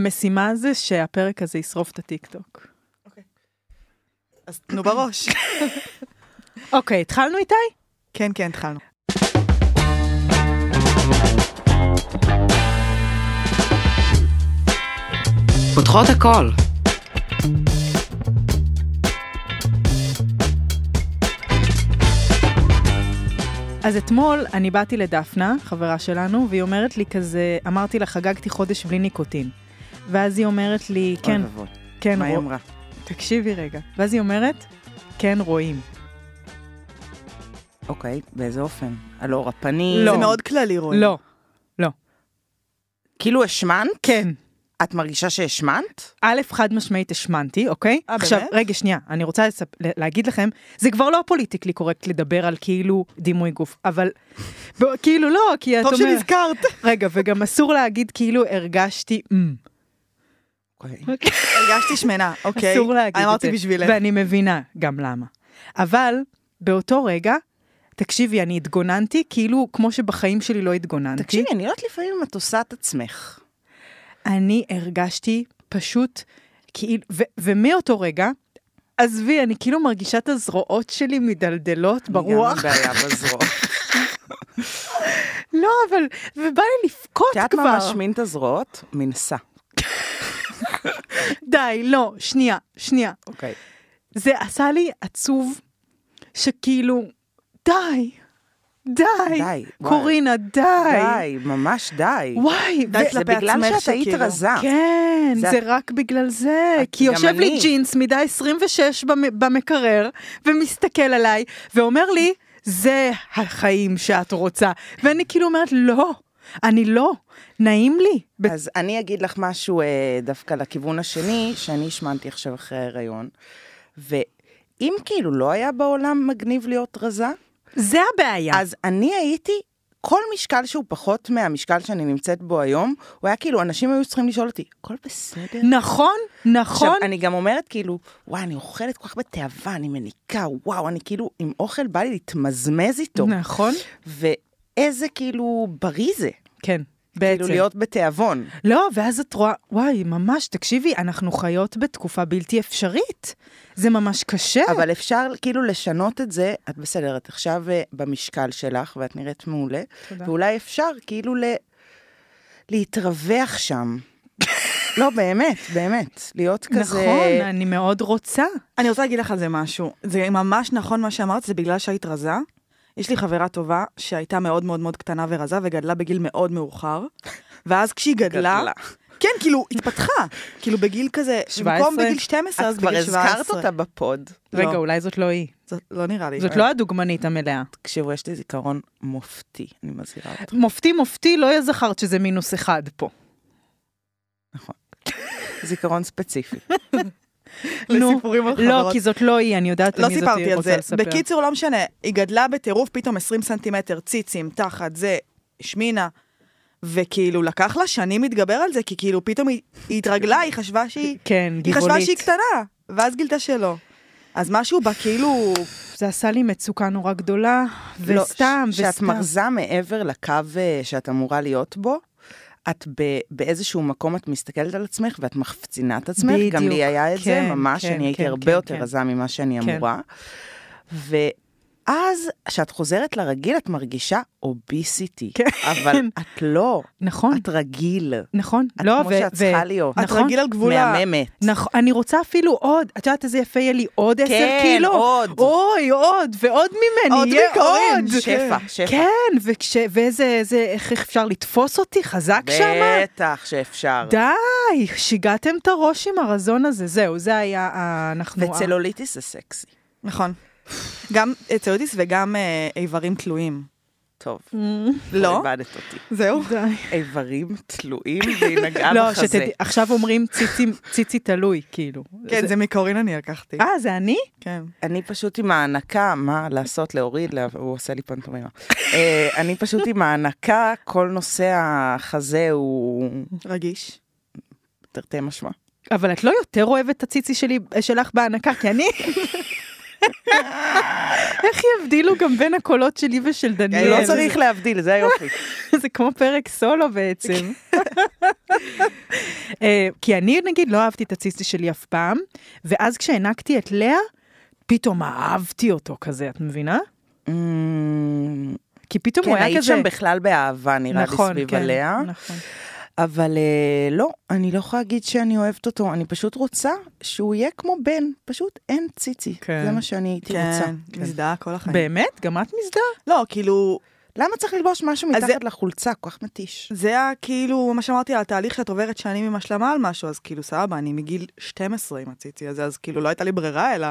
המשימה זה שהפרק הזה ישרוף את הטיקטוק. אז תנו בראש. אוקיי, התחלנו איתי? כן, כן, התחלנו. פותחות הכל. אז אתמול אני באתי לדפנה, חברה שלנו, והיא אומרת לי כזה, אמרתי לה, חגגתי חודש בלי ניקוטין. ואז היא אומרת לי, כן, אוי ואבוי, כן, מה היא רוא- אמרה? תקשיבי רגע. ואז היא אומרת, כן, רואים. אוקיי, באיזה אופן? על אור הפנים? לא. זה מאוד כללי, רועי. לא. כאילו השמנת? כן. את מרגישה שהשמנת? א', חד משמעית השמנתי, אוקיי? אה, עכשיו, באמת? רגע, שנייה, אני רוצה לספ... ל- להגיד לכם, זה כבר לא פוליטיקלי קורקט לדבר על כאילו דימוי גוף, אבל בוא, כאילו לא, כי את טוב אומרת... שנזכרת. רגע, וגם אסור להגיד כאילו הרגשתי... "אמ." "מ". אוקיי. הרגשתי שמנה, אוקיי. אסור להגיד את זה. אמרתי בשבילך. ואני מבינה גם למה. אבל באותו רגע, תקשיבי, אני התגוננתי כאילו כמו שבחיים שלי לא התגוננתי. תקשיבי, אני לא יודעת לפעמים אם את עושה את עצמך. אני הרגשתי פשוט כאילו, ו- ומאותו רגע, עזבי, אני כאילו מרגישה את הזרועות שלי מידלדלות גם ברוח. לי בעיה בזרוע. לא, אבל, ובא לי את לבכות יודעת מה כבר. משמין את הזרועות? מנסה. די, לא, שנייה, שנייה. אוקיי. זה עשה לי עצוב, שכאילו, די, די, וואי. קורינה, די. די, ממש די. וואי, די ו- כאילו- אוקיי. זה כלפי בגלל עצמך שאת היית שכאילו- רזה. כן, זה- זה רק בגלל זה. את- כי גם יושב לי אני. ג'ינס מידה 26 במ- במקרר, ומסתכל עליי, ואומר לי, זה החיים שאת רוצה. ואני כאילו אומרת, לא, אני לא, נעים לי. ב- אז אני אגיד לך משהו אה, דווקא לכיוון השני, שאני השמנתי עכשיו אחרי ההיריון. ואם כאילו לא היה בעולם מגניב להיות רזה, זה הבעיה. אז אני הייתי, כל משקל שהוא פחות מהמשקל שאני נמצאת בו היום, הוא היה כאילו, אנשים היו צריכים לשאול אותי, הכל בסדר? נכון, נכון. עכשיו, אני גם אומרת כאילו, וואי, אני אוכלת כל כך בתאווה, אני מניקה, וואו, אני כאילו, עם אוכל בא לי להתמזמז איתו. נכון. ואיזה כאילו בריא זה, כן, בעצם. כאילו להיות בתיאבון. לא, ואז את רואה, וואי, ממש, תקשיבי, אנחנו חיות בתקופה בלתי אפשרית. זה ממש קשה. אבל אפשר כאילו לשנות את זה, את בסדר, את עכשיו אה, במשקל שלך, ואת נראית מעולה, תודה. ואולי אפשר כאילו ל... להתרווח שם. לא, באמת, באמת, להיות כזה... נכון, אני מאוד רוצה. אני רוצה להגיד לך על זה משהו. זה ממש נכון מה שאמרת, זה בגלל שהיית רזה. יש לי חברה טובה שהייתה מאוד מאוד מאוד קטנה ורזה וגדלה בגיל מאוד מאוחר. ואז כשהיא גדלה... גדלה. כן, כאילו, התפתחה. כאילו, בגיל כזה... 17? במקום בגיל 12, אז את כבר בגיל 17. הזכרת אותה בפוד. רגע, לא. אולי זאת לא היא. זאת לא נראה לי. זאת לא הדוגמנית המלאה. תקשיבו, יש לי זיכרון מופתי, אני מזהירה אותך. מופתי מופתי, לא זכרת שזה מינוס אחד פה. זיכרון ספציפי. לסיפורים על לא, חברות. כי זאת לא היא, אני יודעת לא למי זאת היא רוצה סיפרתי על זה. לספר. בקיצור, לא משנה. היא גדלה בטירוף, פתאום 20 סנטימטר, ציצים, תחת, זה, שמינה. וכאילו, לקח לה שנים להתגבר על זה, כי כאילו, פתאום היא היא התרגלה, היא חשבה שהיא... כן, היא חשבה שהיא גיבולית. קטנה, ואז גילתה שלא. אז משהו בה כאילו... זה עשה לי מצוקה נורא גדולה, לא, וסתם, ש- שאת וסתם. מרזה מעבר לקו אה, שאת אמורה להיות בו, את ב- באיזשהו מקום את מסתכלת על עצמך ואת מחפצינה את עצמך. בדיוק, גם לי היה את זה, כן, ממש, כן, אני הייתי כן, הרבה כן, יותר כן. רזה ממה שאני כן. אמורה. ואז, כשאת חוזרת לרגיל, את מרגישה אוביסיטי. כן. אבל את לא, נכון, את רגיל. נכון. את לא, כמו ו- שאת ו- צריכה להיות. את נכון. רגיל על גבול ה... מהממת. נכון, אני רוצה אפילו עוד, את יודעת איזה יפה יהיה לי עוד עשר כן, קילו? עוד. אוי, עוד, ועוד ממני, עוד יהיה מקורן, עוד. שפע, כן. שפע. כן, וכש- ואיזה, איזה- איך אפשר לתפוס אותי חזק שמה? בטח שאפשר. די, שיגעתם את הראש עם הרזון הזה, זהו, זה היה ה- אנחנו... וצלוליטיס זה סקסי. נכון. גם צאודיס וגם אה, איברים תלויים. טוב, Mm. לא? איבדת אותי. זהו. די. איברים תלויים והיא נגעה לא, בחזה. שתדעי, עכשיו אומרים ציצי, ציצי תלוי, כאילו. כן, זה מקורין אני לקחתי. אה, זה אני? כן. אני פשוט עם ההנקה, מה לעשות, להוריד, לה... הוא עושה לי פנטומימה. אה, אני פשוט עם ההנקה, כל נושא החזה הוא רגיש. תרתי משמע. אבל את לא יותר אוהבת את הציצי שלי, שלך בהנקה, כי אני... איך יבדילו גם בין הקולות שלי ושל דניאל? כן, כן. לא צריך לא להבדיל, זה היופי. זה כמו פרק סולו בעצם. אה, כי אני נגיד לא אהבתי את הציצי שלי אף פעם, ואז כשהענקתי את לאה, פתאום אהבתי אותו כזה, את מבינה? אמ, כי פתאום כן, הוא היה היית כזה... שם בכלל באהבה, נראה לי, נכון, סביב כן, עליה. נכון. אבל אה, לא, אני לא יכולה להגיד שאני אוהבת אותו, אני פשוט רוצה שהוא יהיה כמו בן, פשוט אין ציצי. כן. זה מה שאני הייתי רוצה. כן, מזדהה כל החיים. באמת? גם את מזדהה? לא, כאילו, למה צריך ללבוש משהו אז מתחת לחולצה? כל כך מתיש. זה היה כאילו, מה שאמרתי על התהליך שאת עוברת שנים עם השלמה על משהו, אז כאילו, סבבה, אני מגיל 12 עם הציצי הזה, אז כאילו לא הייתה לי ברירה אלא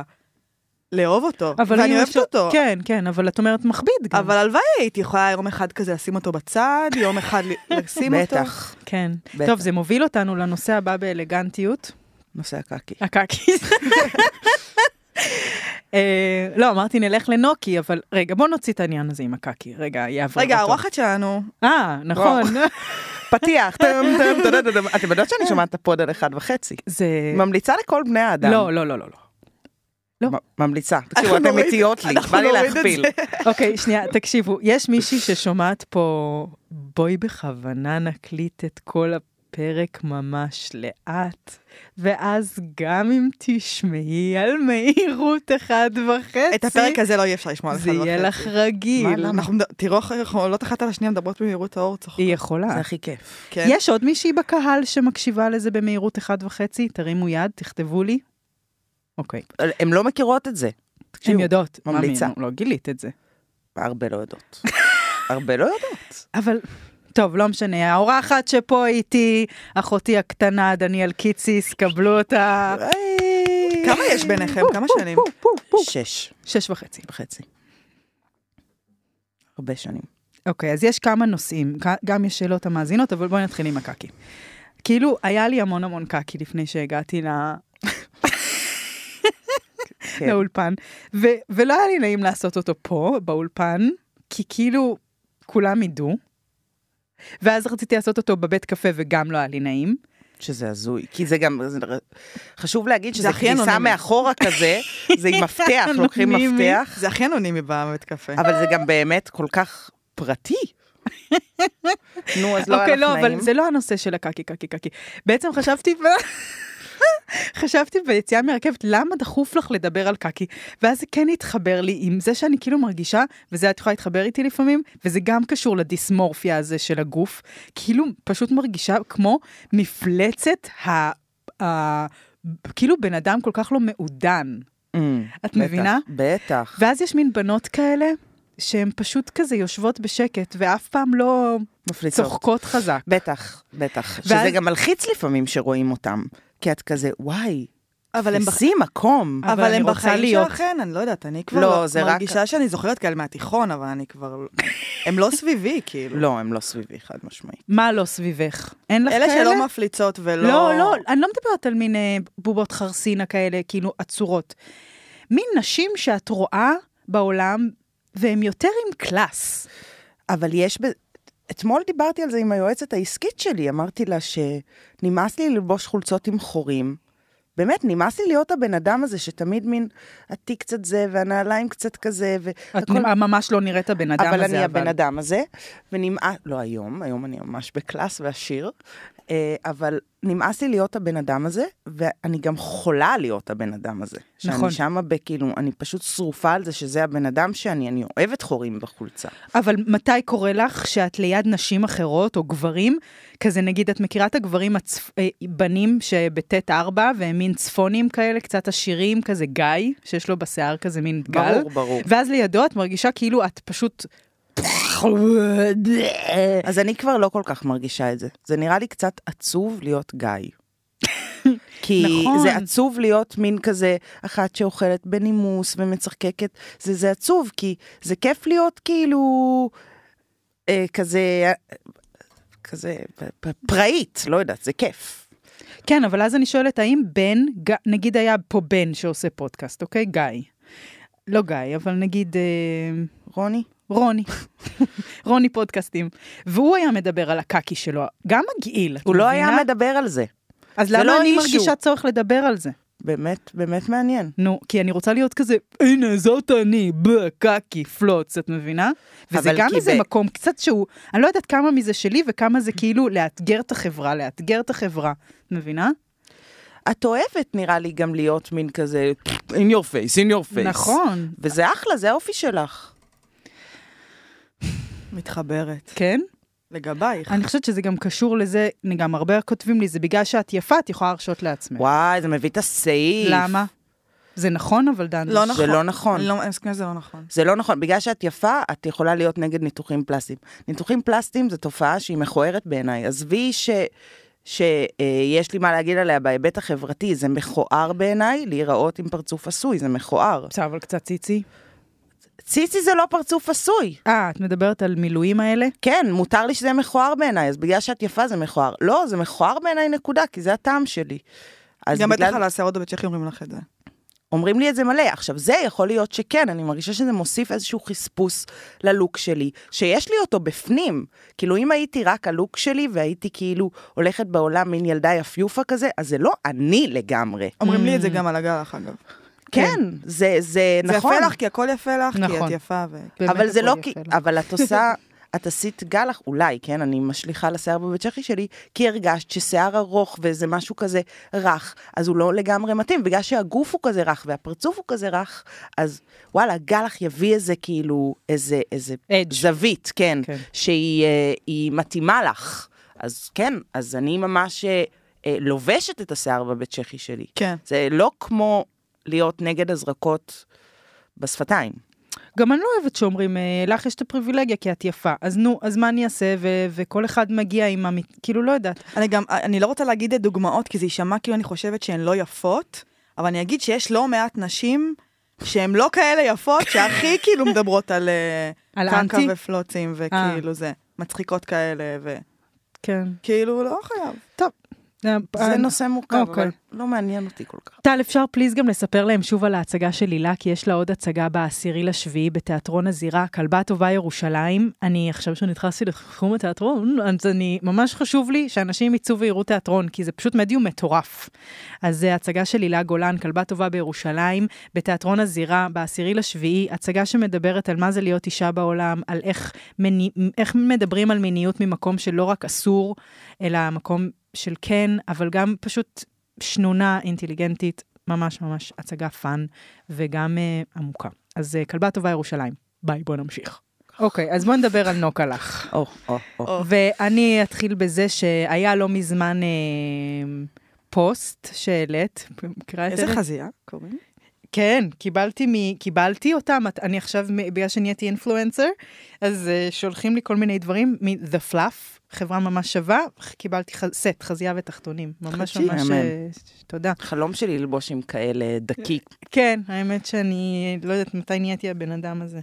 לאהוב אותו. ואני אם אוהבת אפשר- אותו. כן, כן, אבל את אומרת מכביד גם. אבל הלוואי הייתי יכולה יום אחד כזה לשים אותו בצד, יום אחד ל- לשים אותו. בטח, כן. בטח. טוב, זה מוביל אותנו לנושא הבא באלגנטיות. נושא הקקי. הקקיס. אה, לא, אמרתי נלך לנוקי, אבל רגע, בוא נוציא את העניין הזה עם הקקי. רגע, יעבור רגע, אותו. האורחת שלנו, אה, נכון. פתיח, טם טם טם טם טם. אתם יודעות שאני שומעת את הפוד על אחד וחצי. זה... ממליצה לכל בני האדם. לא, לא, לא, לא. לא. לא. מ- ממליצה. תקשיבו, אתם נוריד- איטיות לי, אנחנו בא לי נוריד את להכפיל. זה. אוקיי, שנייה, תקשיבו, יש מישהי ששומעת פה, בואי בכוונה נקליט את כל הפרק ממש לאט, ואז גם אם תשמעי על מהירות אחד וחצי, את הפרק הזה לא יהיה אפשר לשמוע על זה אחד יהיה וחצי. לך כאילו, רגיל. מה, אנחנו מד- תראו איך אנחנו עולות אחת על השנייה מדברות במהירות האור, צוחקות. היא יכולה. זה הכי כיף. כן. יש עוד מישהי בקהל שמקשיבה לזה במהירות אחד וחצי? תרימו יד, תכתבו לי. אוקיי. הן לא מכירות את זה. הן תקשיבו, יודעות. מה, ממליצה. מי- לא גילית את זה. הרבה לא יודעות. הרבה לא יודעות. אבל, טוב, לא משנה. האורחת שפה איתי, אחותי הקטנה, דניאל קיציס, קבלו אה, אותה. היי. כמה יש ביניכם? כמה שנים? פו, פו, פו. שש שש וחצי. וחצי. הרבה שנים. אוקיי, אז יש כמה נושאים. ג- גם יש שאלות המאזינות, אבל בואי נתחיל עם הקקי. כאילו, היה לי המון המון קקי לפני שהגעתי ל- כן. לאולפן, ו- ולא היה לי נעים לעשות אותו פה, באולפן, כי כאילו, כולם ידעו. ואז רציתי לעשות אותו בבית קפה וגם לא היה לי נעים. שזה הזוי, כי זה גם, זה- חשוב להגיד שזה זה הכי כניסה אנונימי. מאחורה כזה, זה עם מפתח, לוקחים אנונימי. מפתח, זה הכי אנונימי בבית קפה. אבל זה גם באמת כל כך פרטי. נו, אז לא היה אוקיי, לך לא, נעים. אבל זה לא הנושא של הקקי, קקי, קקי. בעצם חשבתי ב... חשבתי ביציאה מהרכבת, למה דחוף לך לדבר על קקי? ואז זה כן התחבר לי עם זה שאני כאילו מרגישה, וזה את יכולה להתחבר איתי לפעמים, וזה גם קשור לדיסמורפיה הזה של הגוף, כאילו פשוט מרגישה כמו מפלצת ה... ה... כאילו בן אדם כל כך לא מעודן. אמ, את בטח, מבינה? בטח. ואז יש מין בנות כאלה, שהן פשוט כזה יושבות בשקט, ואף פעם לא מפליצות. צוחקות חזק. בטח, בטח. שזה ואז- גם מלחיץ לפעמים שרואים אותם, כי את כזה, וואי, אבל הם בח- תפסי מקום. אבל אבל אני הם רוצה בחיים להיות. שלכן, אני לא יודעת, אני כבר לא, זה רק- מרגישה שאני זוכרת כאלה מהתיכון, אבל אני כבר... הם לא סביבי, כאילו. לא, הם לא סביבי, חד משמעית. מה לא סביבך? אין לך אלה כאלה? שלא מפליצות ולא... לא, לא, אני לא מדברת על מין אה, בובות חרסינה כאלה, כאילו עצורות. מין נשים שאת רואה בעולם, והן יותר עם קלאס. אבל יש ב... אתמול דיברתי על זה עם היועצת העסקית שלי, אמרתי לה שנמאס לי ללבוש חולצות עם חורים. באמת, נמאס לי להיות הבן אדם הזה שתמיד מין, התיק קצת זה, והנעליים קצת כזה, את והכל... ממש לא נראית הבן אדם אבל הזה, אני הבן אדם הזה, ונמאס, לא היום, היום אני ממש בקלאס ועשיר, אה, אבל נמאס לי להיות הבן אדם הזה, ואני גם חולה להיות הבן אדם הזה. נכון. שאני שמה בכאילו, אני פשוט שרופה על זה שזה הבן אדם שאני, אני אוהבת חורים בחולצה. אבל מתי קורה לך שאת ליד נשים אחרות או גברים, כזה נגיד, את מכירה את הגברים, הצפ... אה, בנים שבטית ארבע, והם מין צפונים כאלה, קצת עשירים, כזה גיא, שיש לו בשיער כזה מין גל? ברור, ברור. ואז לידו את מרגישה כאילו את פשוט... אז אני כבר לא כל כך מרגישה את זה. זה נראה לי קצת עצוב להיות גיא. כי נכון. זה עצוב להיות מין כזה אחת שאוכלת בנימוס ומצחקקת. זה, זה עצוב, כי זה כיף להיות כאילו אה, כזה, כזה פ- פ- פראית, לא יודעת, זה כיף. כן, אבל אז אני שואלת, האם בן, ג- נגיד היה פה בן שעושה פודקאסט, אוקיי? גיא. לא גיא, אבל נגיד אה, רוני? רוני. רוני פודקאסטים. והוא היה מדבר על הקקי שלו, גם מגעיל, את הוא לא מבינה? היה מדבר על זה. אז זה למה לא אני אישו. מרגישה צורך לדבר על זה? באמת, באמת מעניין. נו, כי אני רוצה להיות כזה, הנה, זאת אני, בקקי, פלוץ, את מבינה? וזה אבל גם כי איזה זה- מקום קצת שהוא, אני לא יודעת כמה מזה שלי וכמה זה כאילו לאתגר את החברה, לאתגר את החברה, את מבינה? את אוהבת, נראה לי, גם להיות מין כזה, in your face, in your face. נכון. וזה אחלה, זה האופי שלך. מתחברת. כן? לגבייך. אני חושבת שזה גם קשור לזה, אני גם הרבה כותבים לי, זה בגלל שאת יפה, את יכולה להרשות לעצמך. וואי, זה מביא את הסעיף. למה? זה נכון, אבל דן. לא זה נכון. לא נכון. לא, אני מסכימה שזה לא נכון. זה לא נכון, בגלל שאת יפה, את יכולה להיות נגד ניתוחים פלסטיים. ניתוחים פלסטיים זו תופעה שהיא מכוערת בעיניי. עזבי ש... שיש אה, יש לי מה להגיד עליה בהיבט החברתי, זה מכוער בעיניי להיראות עם פרצוף עשוי, זה מכוער. בסדר, אבל קצת ציצי. ציצי זה לא פרצוף עשוי. אה, את מדברת על מילואים האלה? כן, מותר לי שזה מכוער בעיניי, אז בגלל שאת יפה זה מכוער. לא, זה מכוער בעיניי נקודה, כי זה הטעם שלי. אז גם בטח בגלל... על השערות בצ'כי אומרים לך את זה. אומרים לי את זה מלא. עכשיו, זה יכול להיות שכן, אני מרגישה שזה מוסיף איזשהו חספוס ללוק שלי, שיש לי אותו בפנים. כאילו, אם הייתי רק הלוק שלי והייתי כאילו הולכת בעולם מין ילדה יפיופה כזה, אז זה לא אני לגמרי. אומרים לי את זה גם על הגלח, אגב. כן, זה, זה זה נכון. יפה לך, כי הכל יפה לך, כי נכון. את יפה ו... באמת אבל זה הכל לא יפה כי... לך. אבל את עושה... את עשית גלח, אולי, כן, אני משליכה לשיער בבית צ'כי שלי, כי הרגשת ששיער ארוך ואיזה משהו כזה רך, אז הוא לא לגמרי מתאים, בגלל שהגוף הוא כזה רך והפרצוף הוא כזה רך, אז וואלה, גלח יביא איזה כאילו, איזה, איזה Edge. זווית, כן, כן. כן. שהיא אה, היא מתאימה לך. אז כן, אז אני ממש אה, אה, לובשת את השיער בבית צ'כי שלי. כן. זה לא כמו להיות נגד הזרקות בשפתיים. גם אני לא אוהבת שאומרים, אה, לך יש את הפריבילגיה כי את יפה. אז נו, אז מה אני אעשה? ו- וכל אחד מגיע עם המ... כאילו, לא יודעת. אני גם, אני לא רוצה להגיד את דוגמאות, כי זה יישמע כאילו אני חושבת שהן לא יפות, אבל אני אגיד שיש לא מעט נשים שהן לא כאלה יפות, שהכי כאילו מדברות על אה, על קנקה אנטי? ופלוצים, אה. וכאילו זה, מצחיקות כאלה, כן. וכאילו לא חייב. זה נושא מורכב, אוקיי. אבל לא מעניין אותי כל כך. אה, טל, אפשר פליז גם לספר להם שוב על ההצגה של הילה, כי יש לה עוד הצגה בעשירי לשביעי בתיאטרון הזירה, כלבה טובה ירושלים. אני, עכשיו שנדחסתי לתחום התיאטרון, אז אני, ממש חשוב לי שאנשים יצאו ויראו תיאטרון, כי זה פשוט מדיום מטורף. אז זה הצגה של הילה גולן, כלבה טובה בירושלים, בתיאטרון הזירה, בעשירי לשביעי, הצגה שמדברת על מה זה להיות אישה בעולם, על איך, מני, איך מדברים על מיניות ממקום שלא רק אסור, אלא מקום של כן, אבל גם פשוט שנונה, אינטליגנטית, ממש ממש הצגה פאן, וגם אה, עמוקה. אז אה, כלבה טובה ירושלים. ביי, בוא נמשיך. אוקיי, אז בוא נדבר על נוקה לך. או, או, או. ואני אתחיל בזה שהיה לא מזמן אה, פוסט שהעלית, מכירה את איזה זה? חזייה קוראים? כן, קיבלתי, מ... קיבלתי אותם, את- אני עכשיו, מ- בגלל שנהייתי אינפלואנסר, אז uh, שולחים לי כל מיני דברים מ-The Fluff, חברה ממש שווה, קיבלתי ח... סט, חזייה ותחתונים. ממש חצי, ממש, אמן. אה, תודה. חלום שלי ללבוש עם כאלה דקיק. כן, האמת שאני לא יודעת מתי נהייתי הבן אדם הזה.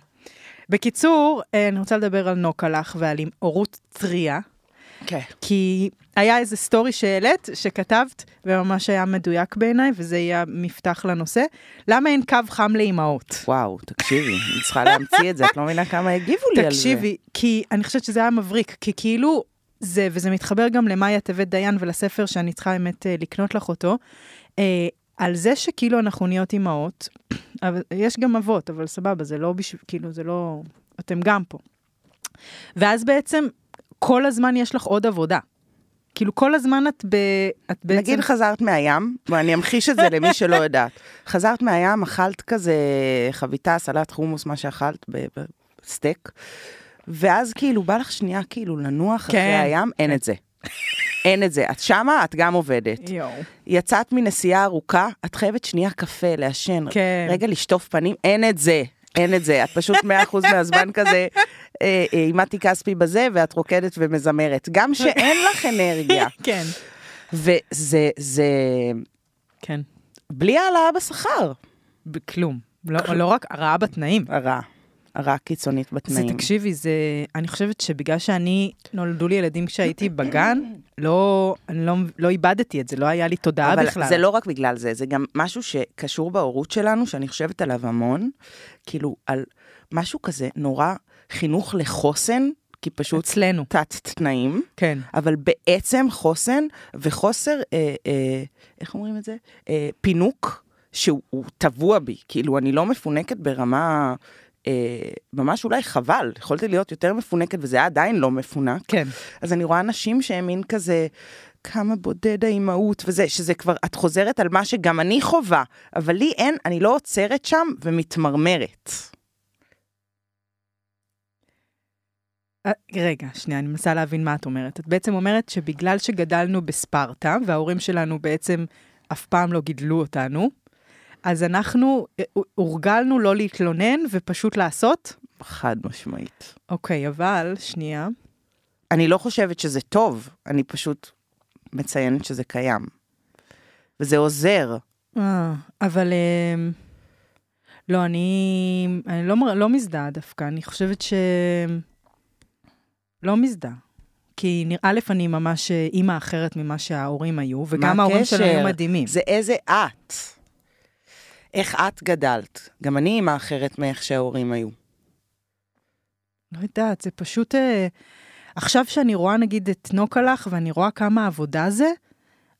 בקיצור, אה, אני רוצה לדבר על נוקלח ועל עם אורות טריה. כן. כי היה איזה סטורי שהעלית, שכתבת, וממש היה מדויק בעיניי, וזה יהיה מפתח לנושא. למה אין קו חם לאימהות? וואו, תקשיבי, אני צריכה להמציא את זה, את לא מבינה כמה הגיבו לי על זה. תקשיבי, כי אני חושבת שזה היה מבריק, כי כאילו זה, וזה מתחבר גם למאיה טבת דיין ולספר שאני צריכה האמת אה, לקנות לך אותו, אה, על זה שכאילו אנחנו נהיות אימהות, אבל- יש גם אבות, אבל סבבה, זה לא בשביל, כאילו, זה לא, אתם גם פה. ואז בעצם, כל הזמן יש לך עוד עבודה. כאילו, כל הזמן את ב... את בעצם... נגיד חזרת מהים, ואני אמחיש את זה למי שלא יודעת. חזרת מהים, אכלת כזה חביתה, סלט חומוס, מה שאכלת, ב- ב- סטייק, ואז כאילו בא לך שנייה כאילו לנוח אחרי כן. הים, אין את זה. אין את זה. את שמה, את גם עובדת. יואו. יצאת מנסיעה ארוכה, את חייבת שנייה קפה, לעשן, כן. רגע לשטוף פנים, אין את זה, אין את זה. את פשוט 100% מהזמן כזה אה, אה, עם מתי כספי בזה, ואת רוקדת ומזמרת. גם שאין לך אנרגיה. כן. וזה, זה, כן. בלי העלאה בשכר. בכלום. לא, לא רק הרעה בתנאים. הרע, הרע קיצונית בתנאים. זה תקשיבי, זה... אני חושבת שבגלל שאני, נולדו לי ילדים כשהייתי בגן, לא, אני לא, לא איבדתי את זה, לא היה לי תודעה אבל בכלל. זה לא רק בגלל זה, זה גם משהו שקשור בהורות שלנו, שאני חושבת עליו המון, כאילו, על משהו כזה נורא חינוך לחוסן. כי פשוט אצלנו, תת-תנאים, כן. אבל בעצם חוסן וחוסר, אה, אה, איך אומרים את זה? אה, פינוק שהוא הוא טבוע בי. כאילו, אני לא מפונקת ברמה... אה, ממש אולי חבל, יכולתי להיות יותר מפונקת וזה היה עדיין לא מפונק. כן. אז אני רואה נשים שהן מין כזה, כמה בודד האימהות וזה, שזה כבר, את חוזרת על מה שגם אני חווה, אבל לי אין, אני לא עוצרת שם ומתמרמרת. אה, רגע, שנייה, אני מנסה להבין מה את אומרת. את בעצם אומרת שבגלל שגדלנו בספרטה, וההורים שלנו בעצם אף פעם לא גידלו אותנו, אז אנחנו אה, הורגלנו לא להתלונן ופשוט לעשות? חד משמעית. אוקיי, אבל, שנייה. אני לא חושבת שזה טוב, אני פשוט מציינת שזה קיים. וזה עוזר. אה, אבל... אמ, לא, אני, אני לא, מר- לא מזדהה דווקא, אני חושבת ש... לא מזדהה. כי נראה, א', אני ממש אה, אימא אחרת ממה שההורים היו, וגם מה ההורים שלנו היו הקשר? מדהימים. זה איזה את. איך את גדלת. גם אני אימא אחרת מאיך שההורים היו. לא יודעת, זה פשוט... אה, עכשיו שאני רואה נגיד את נוקלח ואני רואה כמה עבודה זה,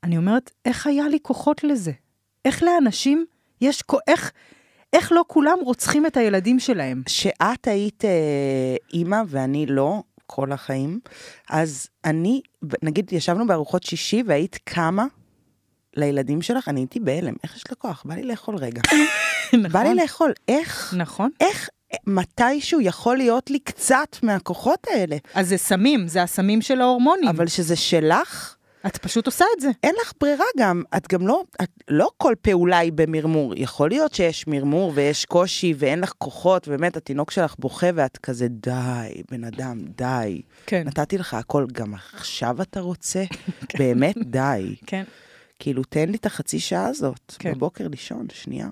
אני אומרת, איך היה לי כוחות לזה? איך לאנשים יש... כו- איך, איך לא כולם רוצחים את הילדים שלהם? שאת היית אה, אימא ואני לא, כל החיים, אז אני, נגיד, ישבנו בארוחות שישי והיית קמה לילדים שלך, אני הייתי בהלם. איך יש לה כוח? בא לי לאכול רגע. בא לי לאכול. איך? נכון. איך אה, מתישהו יכול להיות לי קצת מהכוחות האלה? אז זה סמים, זה הסמים של ההורמונים. אבל... אבל שזה שלך, את פשוט עושה את זה. אין לך ברירה גם. את גם לא, את, לא כל פעולה היא במרמור. יכול להיות שיש מרמור ויש קושי ואין לך כוחות, באמת, התינוק שלך בוכה ואת כזה, די, בן אדם, די. כן. נתתי לך הכל, גם עכשיו אתה רוצה? באמת, די. כן. כאילו, תן לי את החצי שעה הזאת, כן. בבוקר לישון, שנייה.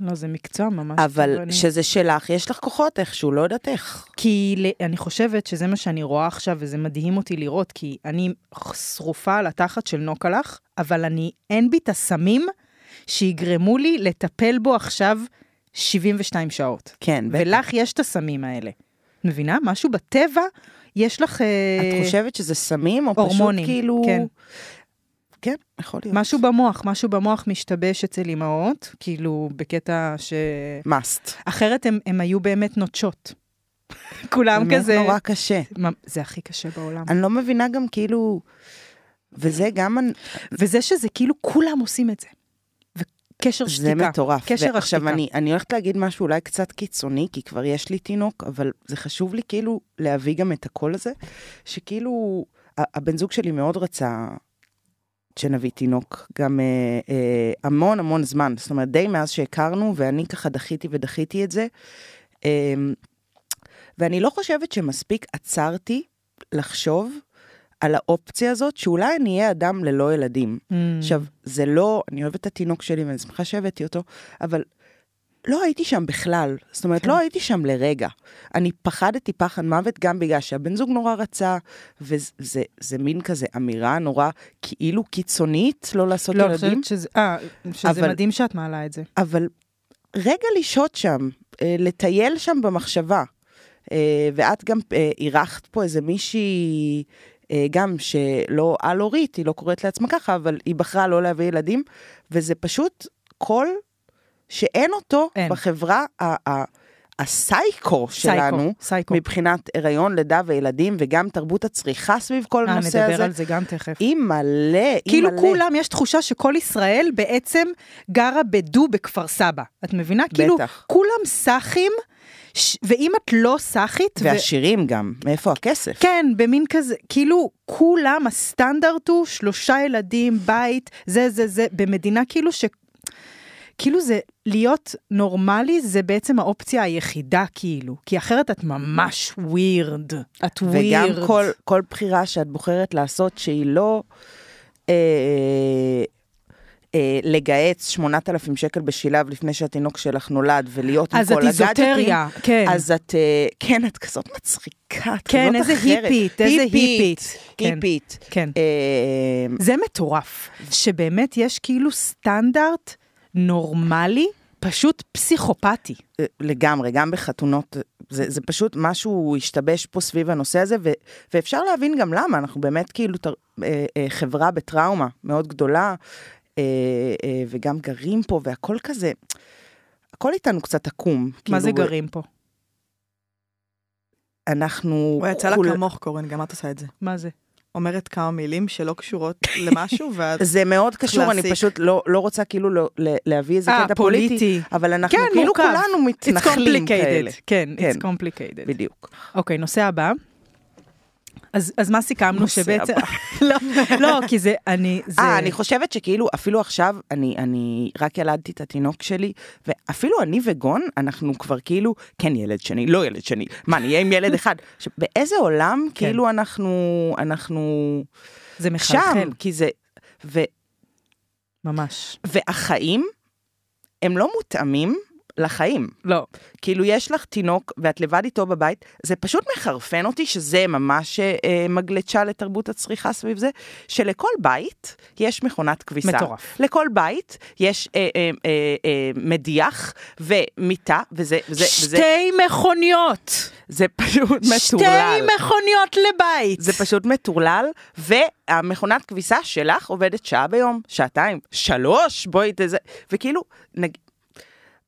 לא, זה מקצוע ממש. כאילו, אבל אני- שזה שלך, יש לך כוחות איכשהו, לא יודעת איך. כי ל- אני חושבת שזה מה שאני רואה עכשיו, וזה מדהים אותי לראות, כי אני שרופה על התחת של נוקלח, אבל אני, אין בי את הסמים שיגרמו לי לטפל בו עכשיו 72 שעות. כן, בטח. ולך יש את הסמים האלה. את מבינה? משהו בטבע, יש לך... אה, את חושבת שזה סמים, או פשוט הורמונים, כאילו... כן. כן, יכול להיות. משהו במוח, משהו במוח משתבש אצל אימהות, כאילו, בקטע ש... must. אחרת הם, הם היו באמת נוטשות. כולם כזה... באמת נורא קשה. מה- זה הכי קשה בעולם. אני לא מבינה גם כאילו... וזה גם... הנ- וזה שזה כאילו כולם עושים את זה. וקשר שתיקה. זה מטורף. קשר ועכשיו השתיקה. אני, אני הולכת להגיד משהו אולי קצת קיצוני, כי כבר יש לי תינוק, אבל זה חשוב לי כאילו להביא גם את הקול הזה, שכאילו, ה- הבן זוג שלי מאוד רצה שנביא תינוק, גם אה, אה, המון המון זמן, זאת אומרת, די מאז שהכרנו, ואני ככה דחיתי ודחיתי את זה. אה, ואני לא חושבת שמספיק עצרתי לחשוב על האופציה הזאת, שאולי אני אהיה אדם ללא ילדים. Mm. עכשיו, זה לא, אני אוהבת את התינוק שלי ואני שמחה שהבאתי אותו, אבל לא הייתי שם בכלל. זאת אומרת, כן. לא הייתי שם לרגע. אני פחדתי פחד מוות גם בגלל שהבן זוג נורא רצה, וזה זה, זה מין כזה אמירה נורא כאילו קיצונית לא לעשות לא, אני ילדים, חושבת שזה... אה, שזה אבל- מדהים שאת מעלה את זה. אבל רגע לשהות שם, אה, לטייל שם במחשבה. אה, ואת גם אה, אירחת פה איזה מישהי, אה, גם שלא על-הורית, היא לא קוראת לעצמה ככה, אבל היא בחרה לא להביא ילדים, וזה פשוט קול שאין אותו אין. בחברה ה- ה- הסייקו שלנו. סייקו, סייקו. מבחינת הריון, לידה וילדים, וגם תרבות הצריכה סביב כל אה, הנושא נדבר הזה. על זה גם תכף. היא מלא, היא כאילו מלא. כולם, יש תחושה שכל ישראל בעצם גרה בדו בכפר סבא. את מבינה? כאילו, בטח. כולם סאחים, ש... ואם את לא סאחית... ו- והשירים גם, מאיפה הכסף? כן, במין כזה, כאילו, כולם, הסטנדרט הוא שלושה ילדים, בית, זה, זה, זה, במדינה כאילו ש... כאילו זה, להיות נורמלי זה בעצם האופציה היחידה, כאילו. כי אחרת את ממש ווירד. את וגם ווירד. כל, כל בחירה שאת בוחרת לעשות שהיא לא אה, אה, לגהץ 8,000 שקל בשילב לפני שהתינוק שלך נולד ולהיות עם אז את כל הגאדג'טים. איזוטריה, כן. אז את, אה, כן, את כזאת מצחיקה, את כן, כזאת איזה אחרת. היפית, איזה היפית. כן. היפית. כן. אה, זה מטורף, שבאמת יש כאילו סטנדרט נורמלי פשוט פסיכופתי. אה, לגמרי, גם בחתונות, זה, זה פשוט משהו השתבש פה סביב הנושא הזה, ו, ואפשר להבין גם למה, אנחנו באמת כאילו תר, אה, אה, חברה בטראומה מאוד גדולה, אה, אה, וגם גרים פה, והכל כזה, הכל איתנו קצת עקום. מה כאילו, זה גרים פה? אנחנו... הוא יצא לה כול- כמוך, קורן, גם את עושה את זה. מה זה? אומרת כמה מילים שלא קשורות למשהו, ואת... זה מאוד קשור, אני קלאסיק. פשוט לא, לא רוצה כאילו לא, ל- להביא איזה אה, קטע פוליטי, פוליטי. אבל אנחנו כן, כאילו מורכב. כולנו It's מתנחלים כאלה. complicated. כן, כן. it's complicated. בדיוק. אוקיי, נושא הבא. אז, אז מה סיכמנו נושא שבעצם... לא, לא, כי זה, אני... זה... אה, אני חושבת שכאילו, אפילו עכשיו, אני, אני רק ילדתי את התינוק שלי, ואפילו אני וגון, אנחנו כבר כאילו, כן ילד שני, לא ילד שני, מה, נהיה עם ילד אחד? עכשיו, באיזה עולם כן. כאילו אנחנו, אנחנו זה מחלחל, שם, כי זה, ו, ממש. והחיים, הם לא מותאמים לחיים. לא, כאילו יש לך תינוק ואת לבד איתו בבית, זה פשוט מחרפן אותי שזה ממש אה, מגלצ'ה לתרבות הצריכה סביב זה, שלכל בית יש מכונת כביסה. מטורף. לכל בית יש אה, אה, אה, אה, מדיח ומיטה, וזה, וזה, וזה שתי מכוניות! זה פשוט שתי מטורלל. מכוניות לבית! זה פשוט מטורלל, והמכונת כביסה שלך עובדת שעה ביום, שעתיים, שלוש, בואי תזה, וכאילו, נג...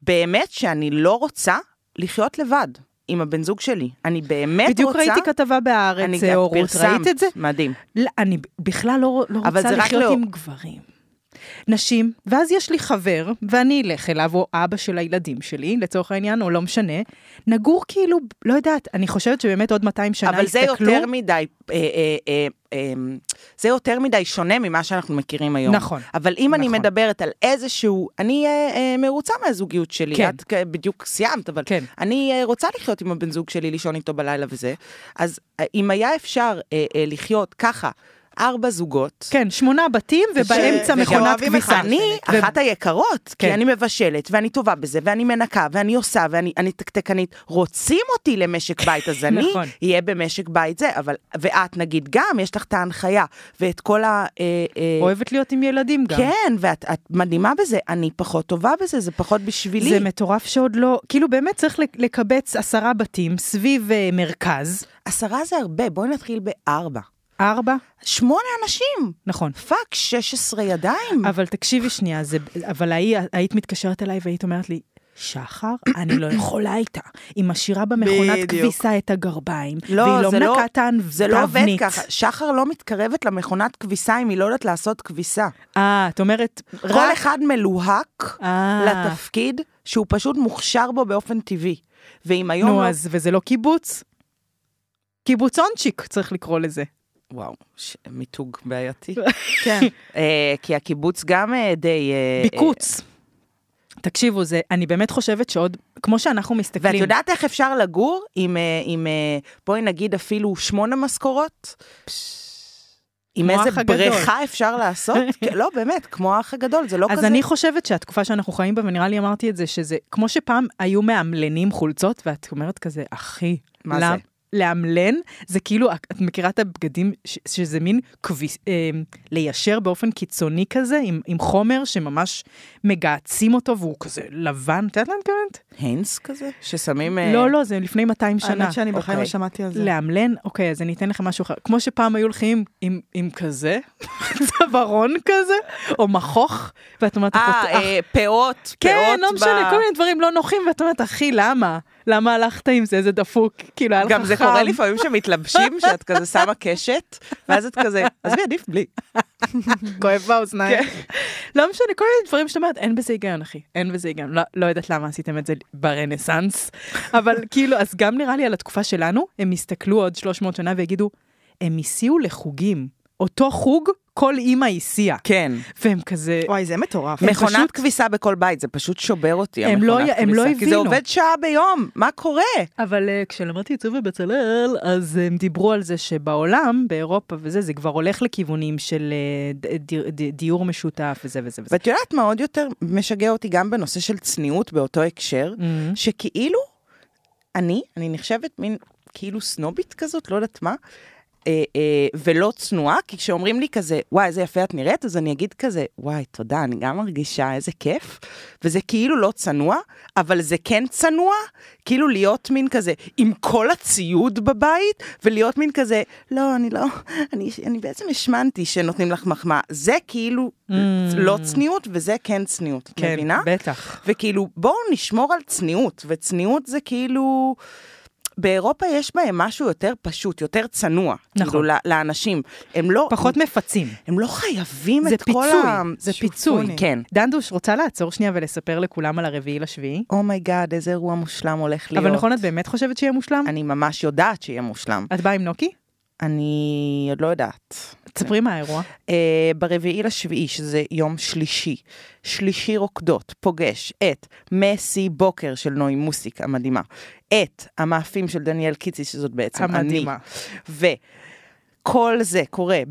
באמת שאני לא רוצה לחיות לבד עם הבן זוג שלי. אני באמת בדיוק רוצה... ראיתי כתבה אני בהארץ, גם- אה, אורות, פרסמת, ראית את זה? מדהים. לא, אני בכלל לא, לא אבל רוצה זה רק לחיות לא- עם גברים. נשים, ואז יש לי חבר, ואני אלך אליו, או אבא של הילדים שלי, לצורך העניין, או לא משנה, נגור כאילו, לא יודעת, אני חושבת שבאמת עוד 200 שנה אבל זה יסתכלו... יותר מדי, אה, אה, אה, אה, זה יותר מדי שונה ממה שאנחנו מכירים היום. נכון. אבל אם אני נכון. מדברת על איזשהו, אני אה, אה, מרוצה מהזוגיות שלי, כן. את אה, בדיוק סיימת, אבל כן. אני אה, רוצה לחיות עם הבן זוג שלי, לישון איתו בלילה וזה, אז אה, אם היה אפשר אה, אה, לחיות ככה, ארבע זוגות, כן, שמונה בתים, ובאמצע וגם מכונת אוהבים כביסה. אחד את אני ו- אחת היקרות, כן. כי אני מבשלת, ואני טובה בזה, ואני מנקה, ואני עושה, ואני אני תקתקנית. רוצים אותי למשק בית, אז אני נכון. אהיה במשק בית זה, אבל, ואת נגיד גם, יש לך את ההנחיה, ואת כל ה... אה, אה, אוהבת להיות עם ילדים גם. כן, ואת את מדהימה בזה, אני פחות טובה בזה, זה פחות בשבילי. זה מטורף שעוד לא, כאילו באמת צריך לק- לקבץ עשרה בתים סביב אה, מרכז, עשרה זה הרבה, בואי נתחיל בארבע. ארבע, שמונה אנשים! נכון. פאק, 16 ידיים! אבל תקשיבי שנייה, זה, אבל ההיא, היית מתקשרת אליי והיית אומרת לי, שחר, אני לא יכולה איתה. היא משאירה במכונת בדיוק. כביסה את הגרביים, לא, והיא לא זה לא- מנקה את האבנית. זה לא עובד ככה, שחר לא מתקרבת למכונת כביסה אם היא לא יודעת לעשות כביסה. אה, את אומרת, כל רק... אחד מלוהק אה. לתפקיד שהוא פשוט מוכשר בו באופן טבעי. ואם היום... נו, לא- אז, וזה לא קיבוץ? קיבוצונצ'יק צריך לקרוא לזה. וואו, ש... מיתוג בעייתי. כן. אה, כי הקיבוץ גם אה, די... אה, ביקוץ. תקשיבו, זה, אני באמת חושבת שעוד, כמו שאנחנו אה, ואת מסתכלים, יודעת איך אפשר לגור עם, אה, עם אה, בואי נגיד אפילו שמונה משכורות? עם כמו האח איזה הגדול. בריכה אפשר לעשות? כן, לא, באמת, כמו האח הגדול, זה לא אז כזה... אני חושבת שהתקופה שאנחנו חיים בה, ונראה לי אמרתי את זה, שזה כמו שפעם היו מאמלנים חולצות, ואת אומרת כזה, אחי, מה למ- זה? לאמלן זה כאילו, את מכירה את הבגדים, ש- שזה מין כביס, אה, ליישר באופן קיצוני כזה, עם, עם חומר שממש מגהצים אותו, והוא כזה לבן, את יודעת מה אני מתכוונת? הנס כזה? ששמים... אה, לא, לא, זה לפני 200 שנה. כן. האמת שאני בחיים לא אוקיי. שמעתי על זה. לאמלן, אוקיי, אז אני אתן לכם משהו אחר. כמו שפעם היו הולכים עם, עם כזה, צווארון כזה, או מכוך, ואת אומרת, אה, "אחותי- אה, פאות, כן, פאות לא משנה, ב- כל מיני דברים לא נוחים, ואת אומרת, אחי, למה? למה הלכת עם זה? זה דפוק. כאילו, היה לך חם. גם זה קורה לפעמים שמתלבשים, שאת כזה שמה קשת, ואז את כזה, עזבי, עדיף בלי. כואב באוזניים. לא משנה, כל מיני דברים שאת אומרת, אין בזה היגיון, אחי. אין בזה היגיון. לא- לא יודעת למה עשיתם את זה ברנסאנס, אבל כאילו, אז גם נראה לי על התקופה שלנו, הם יסתכלו עוד 300 שנה ויגידו, הם הסיעו לחוגים. אותו חוג, כל אימא הסיעה. כן. והם כזה... וואי, זה מטורף. הם מכונת פשוט- כביסה בכל בית, זה פשוט שובר אותי, הם המכונת לא- כביסה. הם לא כי זה הבינו. עובד שעה ביום, מה קורה? אבל אה, כשלמדתי עיצוב בבצלאל, אז אה, הם דיברו על זה שבעולם, באירופה וזה, זה כבר הולך לכיוונים של אה, ד- ד- ד- דיור משותף וזה וזה וזה. ואת יודעת מה עוד יותר משגע אותי גם בנושא של צניעות באותו הקשר, Mhm. שכאילו, אני, אני נחשבת מין כאילו סנובית כזאת, לא יודעת מה, אה, אה, ולא צנועה, כי כשאומרים לי כזה, וואי, איזה יפה את נראית, אז אני אגיד כזה, וואי, תודה, אני גם מרגישה איזה כיף, וזה כאילו לא צנוע, אבל זה כן צנוע, כאילו להיות מין כזה, עם כל הציוד בבית, ולהיות מין כזה, לא, אני לא, אני, אני בעצם השמנתי שנותנים לך מחמאה. זה כאילו mm. לא צניעות, וזה כן צניעות, את כן, מבינה? בטח. וכאילו, בואו נשמור על צניעות, וצניעות זה כאילו... באירופה יש בהם משהו יותר פשוט, יותר צנוע. נכון. כאילו, ל- לאנשים. הם לא... פחות מפצים. הם לא חייבים זה את כל פיצוי, ה... זה שופוני. פיצוי. כן. דנדוש, רוצה לעצור שנייה ולספר לכולם על הרביעי לשביעי? אומייגאד, איזה אירוע מושלם הולך להיות. אבל נכון, את באמת חושבת שיהיה מושלם? אני ממש יודעת שיהיה מושלם. את באה עם נוקי? אני עוד לא יודעת. תספרי מה האירוע. אה, ברביעי לשביעי, שזה יום שלישי, שלישי רוקדות פוגש את מסי בוקר של נוי מוסיק המדהימה, את המאפים של דניאל קיציס, שזאת בעצם המדהימה. אני, וכל זה קורה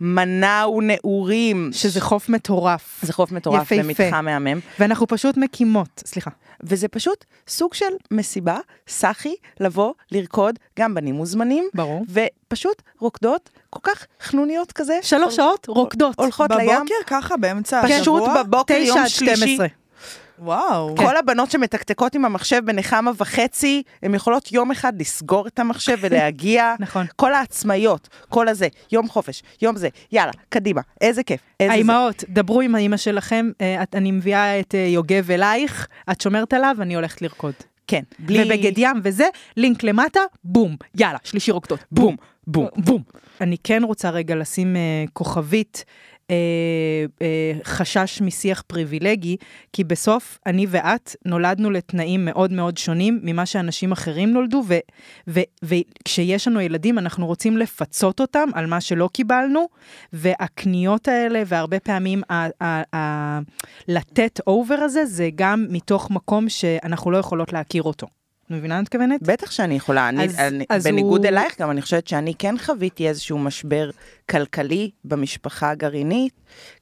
במנאו נעורים, שזה חוף מטורף. זה חוף מטורף יפהפה. ומתחם מהמם, ואנחנו פשוט מקימות, סליחה. וזה פשוט סוג של מסיבה, סאחי, לבוא, לרקוד, גם בנים מוזמנים, ברור. ופשוט רוקדות כל כך חנוניות כזה. אוקיי. שלוש שעות רוקדות. כן. הולכות לים. בבוקר ככה, באמצע השבוע? פשוט בבוקר תשע יום עד שלישי, 12. וואו. כן. כל הבנות שמתקתקות עם המחשב בנחמה וחצי, הן יכולות יום אחד לסגור את המחשב ולהגיע. נכון. כל העצמאיות, כל הזה, יום חופש, יום זה, יאללה, קדימה, איזה כיף, איזה זה. האימהות, דברו עם האימא שלכם, אה, את- אני מביאה את אה, יוגב אלייך, את שומרת עליו, אני הולכת לרקוד. כן, בלי... ובגד ים וזה, לינק למטה, בום, יאללה, שלישי רוקדות, בום, בום, בום. אני כן רוצה רגע לשים אה, כוכבית. אה, אה, חשש משיח פריבילגי, כי בסוף אני ואת נולדנו לתנאים מאוד מאוד שונים ממה שאנשים אחרים נולדו, ו, ו, וכשיש לנו ילדים אנחנו רוצים לפצות אותם על מה שלא קיבלנו, והקניות האלה, והרבה פעמים ה- ה- ה- לתת אובר הזה, זה גם מתוך מקום שאנחנו לא יכולות להכיר אותו. את מבינה מה את מתכוונת? בטח שאני יכולה, אני, אז- אני, אז בניגוד הוא- אלייך גם, אני חושבת שאני כן חוויתי איזשהו משבר כלכלי במשפחה הגרעינית,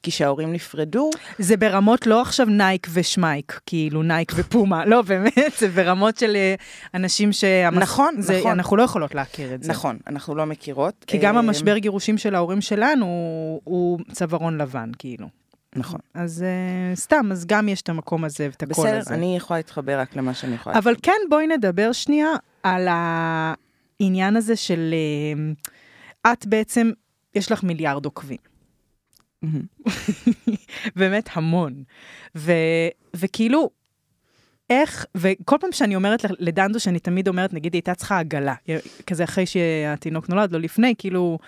כי כשההורים נפרדו, זה ברמות לא עכשיו נייק ושמייק, כאילו נייק ופומה, לא באמת, זה ברמות של אה, אנשים שהמס... נכון, זה, נכון. אנחנו לא יכולות להכיר את זה. נכון, אנחנו לא מכירות. כי גם אה, המשבר גירושים של ההורים שלנו הוא- הוא צווארון לבן, כאילו. נכון. אז אה, סתם, אז גם יש את המקום הזה ואת הקול הזה. בסדר, אני יכולה להתחבר רק למה שאני יכולה. אבל כן, בואי נדבר שנייה על העניין הזה של... אה, את בעצם, יש לך מיליארד עוקבים. מהמם. באמת המון. ו, וכאילו, איך, וכל פעם שאני אומרת לך- לדנדו, שאני תמיד אומרת, נגיד, היא הייתה צריכה עגלה, כזה אחרי שהתינוק נולד, לא לפני, כאילו,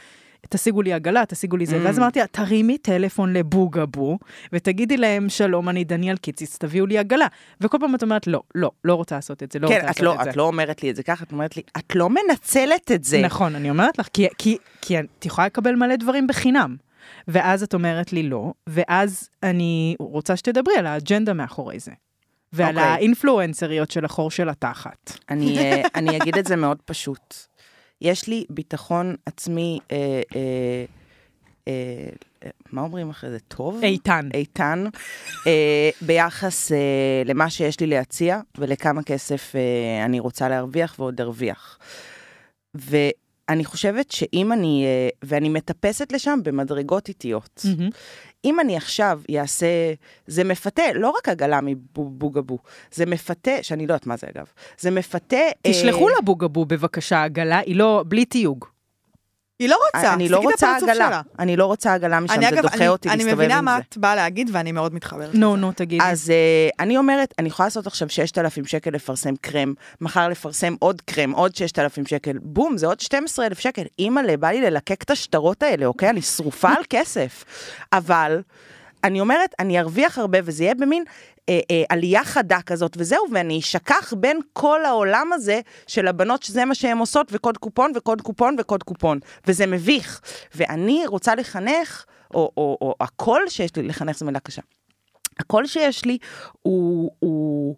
תשיגו לי עגלה, תשיגו לי זה. Mm. ואז אמרתי לה, תרימי טלפון לבוגבו, ותגידי להם, שלום, אני דניאל קיציס, תביאו לי עגלה. וכל פעם את אומרת, לא, לא, לא רוצה לעשות את זה, לא כן, רוצה את לעשות לא, את זה. את לא אומרת לי את זה ככה, את אומרת לי, את לא מנצלת את זה. נכון, אני אומרת לך, כי, כי, כי את יכולה לקבל מלא דברים בחינם. ואז את אומרת לי לא, ואז אני רוצה שתדברי על האג'נדה מאחורי זה. ועל אוקיי. האינפלואנסריות של החור של התחת. אני, אה, אני אגיד את זה מאוד פשוט. יש לי ביטחון עצמי, אה, אה, אה, אה, מה אומרים אחרי זה? טוב? איתן. איתן, אה, ביחס אה, למה שיש לי להציע ולכמה כסף אה, אני רוצה להרוויח ועוד ארוויח. ואני חושבת שאם אני, אה, ואני מטפסת לשם במדרגות איטיות. מהמם. אם אני עכשיו אעשה, זה מפתה, לא רק עגלה מבוגבו, זה מפתה, שאני לא יודעת מה זה אגב, זה מפתה... אה, תשלחו לבוגבו בבקשה עגלה, היא לא, בלי תיוג. היא לא רוצה, אני לא תסתכלי את רוצה הפרצוף עגלה, שלה. אני לא רוצה עגלה משם, אני זה אגב, דוחה אני- אותי אני להסתובב מבינה עם מה זה. את באה להגיד ואני מאוד מתחברת. נו, נו, תגידי. אז אה, אני אומרת, אני יכולה לעשות עכשיו 6,000 שקל לפרסם קרם, מחר לפרסם עוד קרם, עוד 6,000 שקל, בום, זה עוד 12,000 שקל. אימא'לה, בא לי ללקק את השטרות האלה, אוקיי? אני שרופה על כסף. אבל אני אומרת, אני ארוויח הרבה, וזה יהיה במין אה, אה, עלייה חדה כזאת וזהו, ואני אשכח בין כל העולם הזה של הבנות שזה מה שהן עושות, וקוד קופון, וקוד קופון, וקוד קופון. וזה מביך. ואני רוצה לחנך, או, או, או הקול שיש לי, לחנך זו מילה קשה. הקול שיש לי הוא, הוא,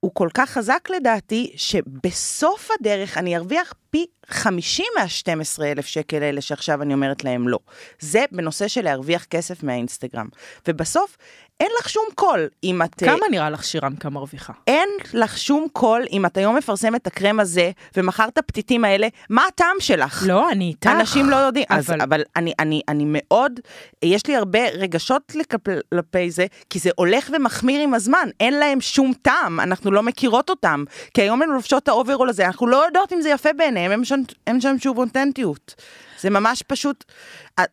הוא כל כך חזק לדעתי, שבסוף הדרך אני ארוויח פי 50 מה-12 אלף שקל האלה שעכשיו אני אומרת להם לא. זה בנושא של להרוויח כסף מהאינסטגרם. ובסוף, אין לך שום קול אם את... כמה נראה לך שירמקה מרוויחה? אין לך שום קול אם את היום מפרסמת את הקרם הזה, ומכרת את הפתיתים האלה, מה הטעם שלך? לא, אני איתך. אנשים לא יודעים, אבל, אז, אבל- אבל אני, אני, אני מאוד, יש לי הרבה רגשות לכפ- כלפי זה, כי זה הולך ומחמיר עם הזמן, אין להם שום טעם, אנחנו לא מכירות אותם, כי היום הן לובשות את האוברול הזה, אנחנו לא יודעות אם זה יפה בעיניהם, אין שם, אין שם שום אותנטיות. זה ממש פשוט... אה,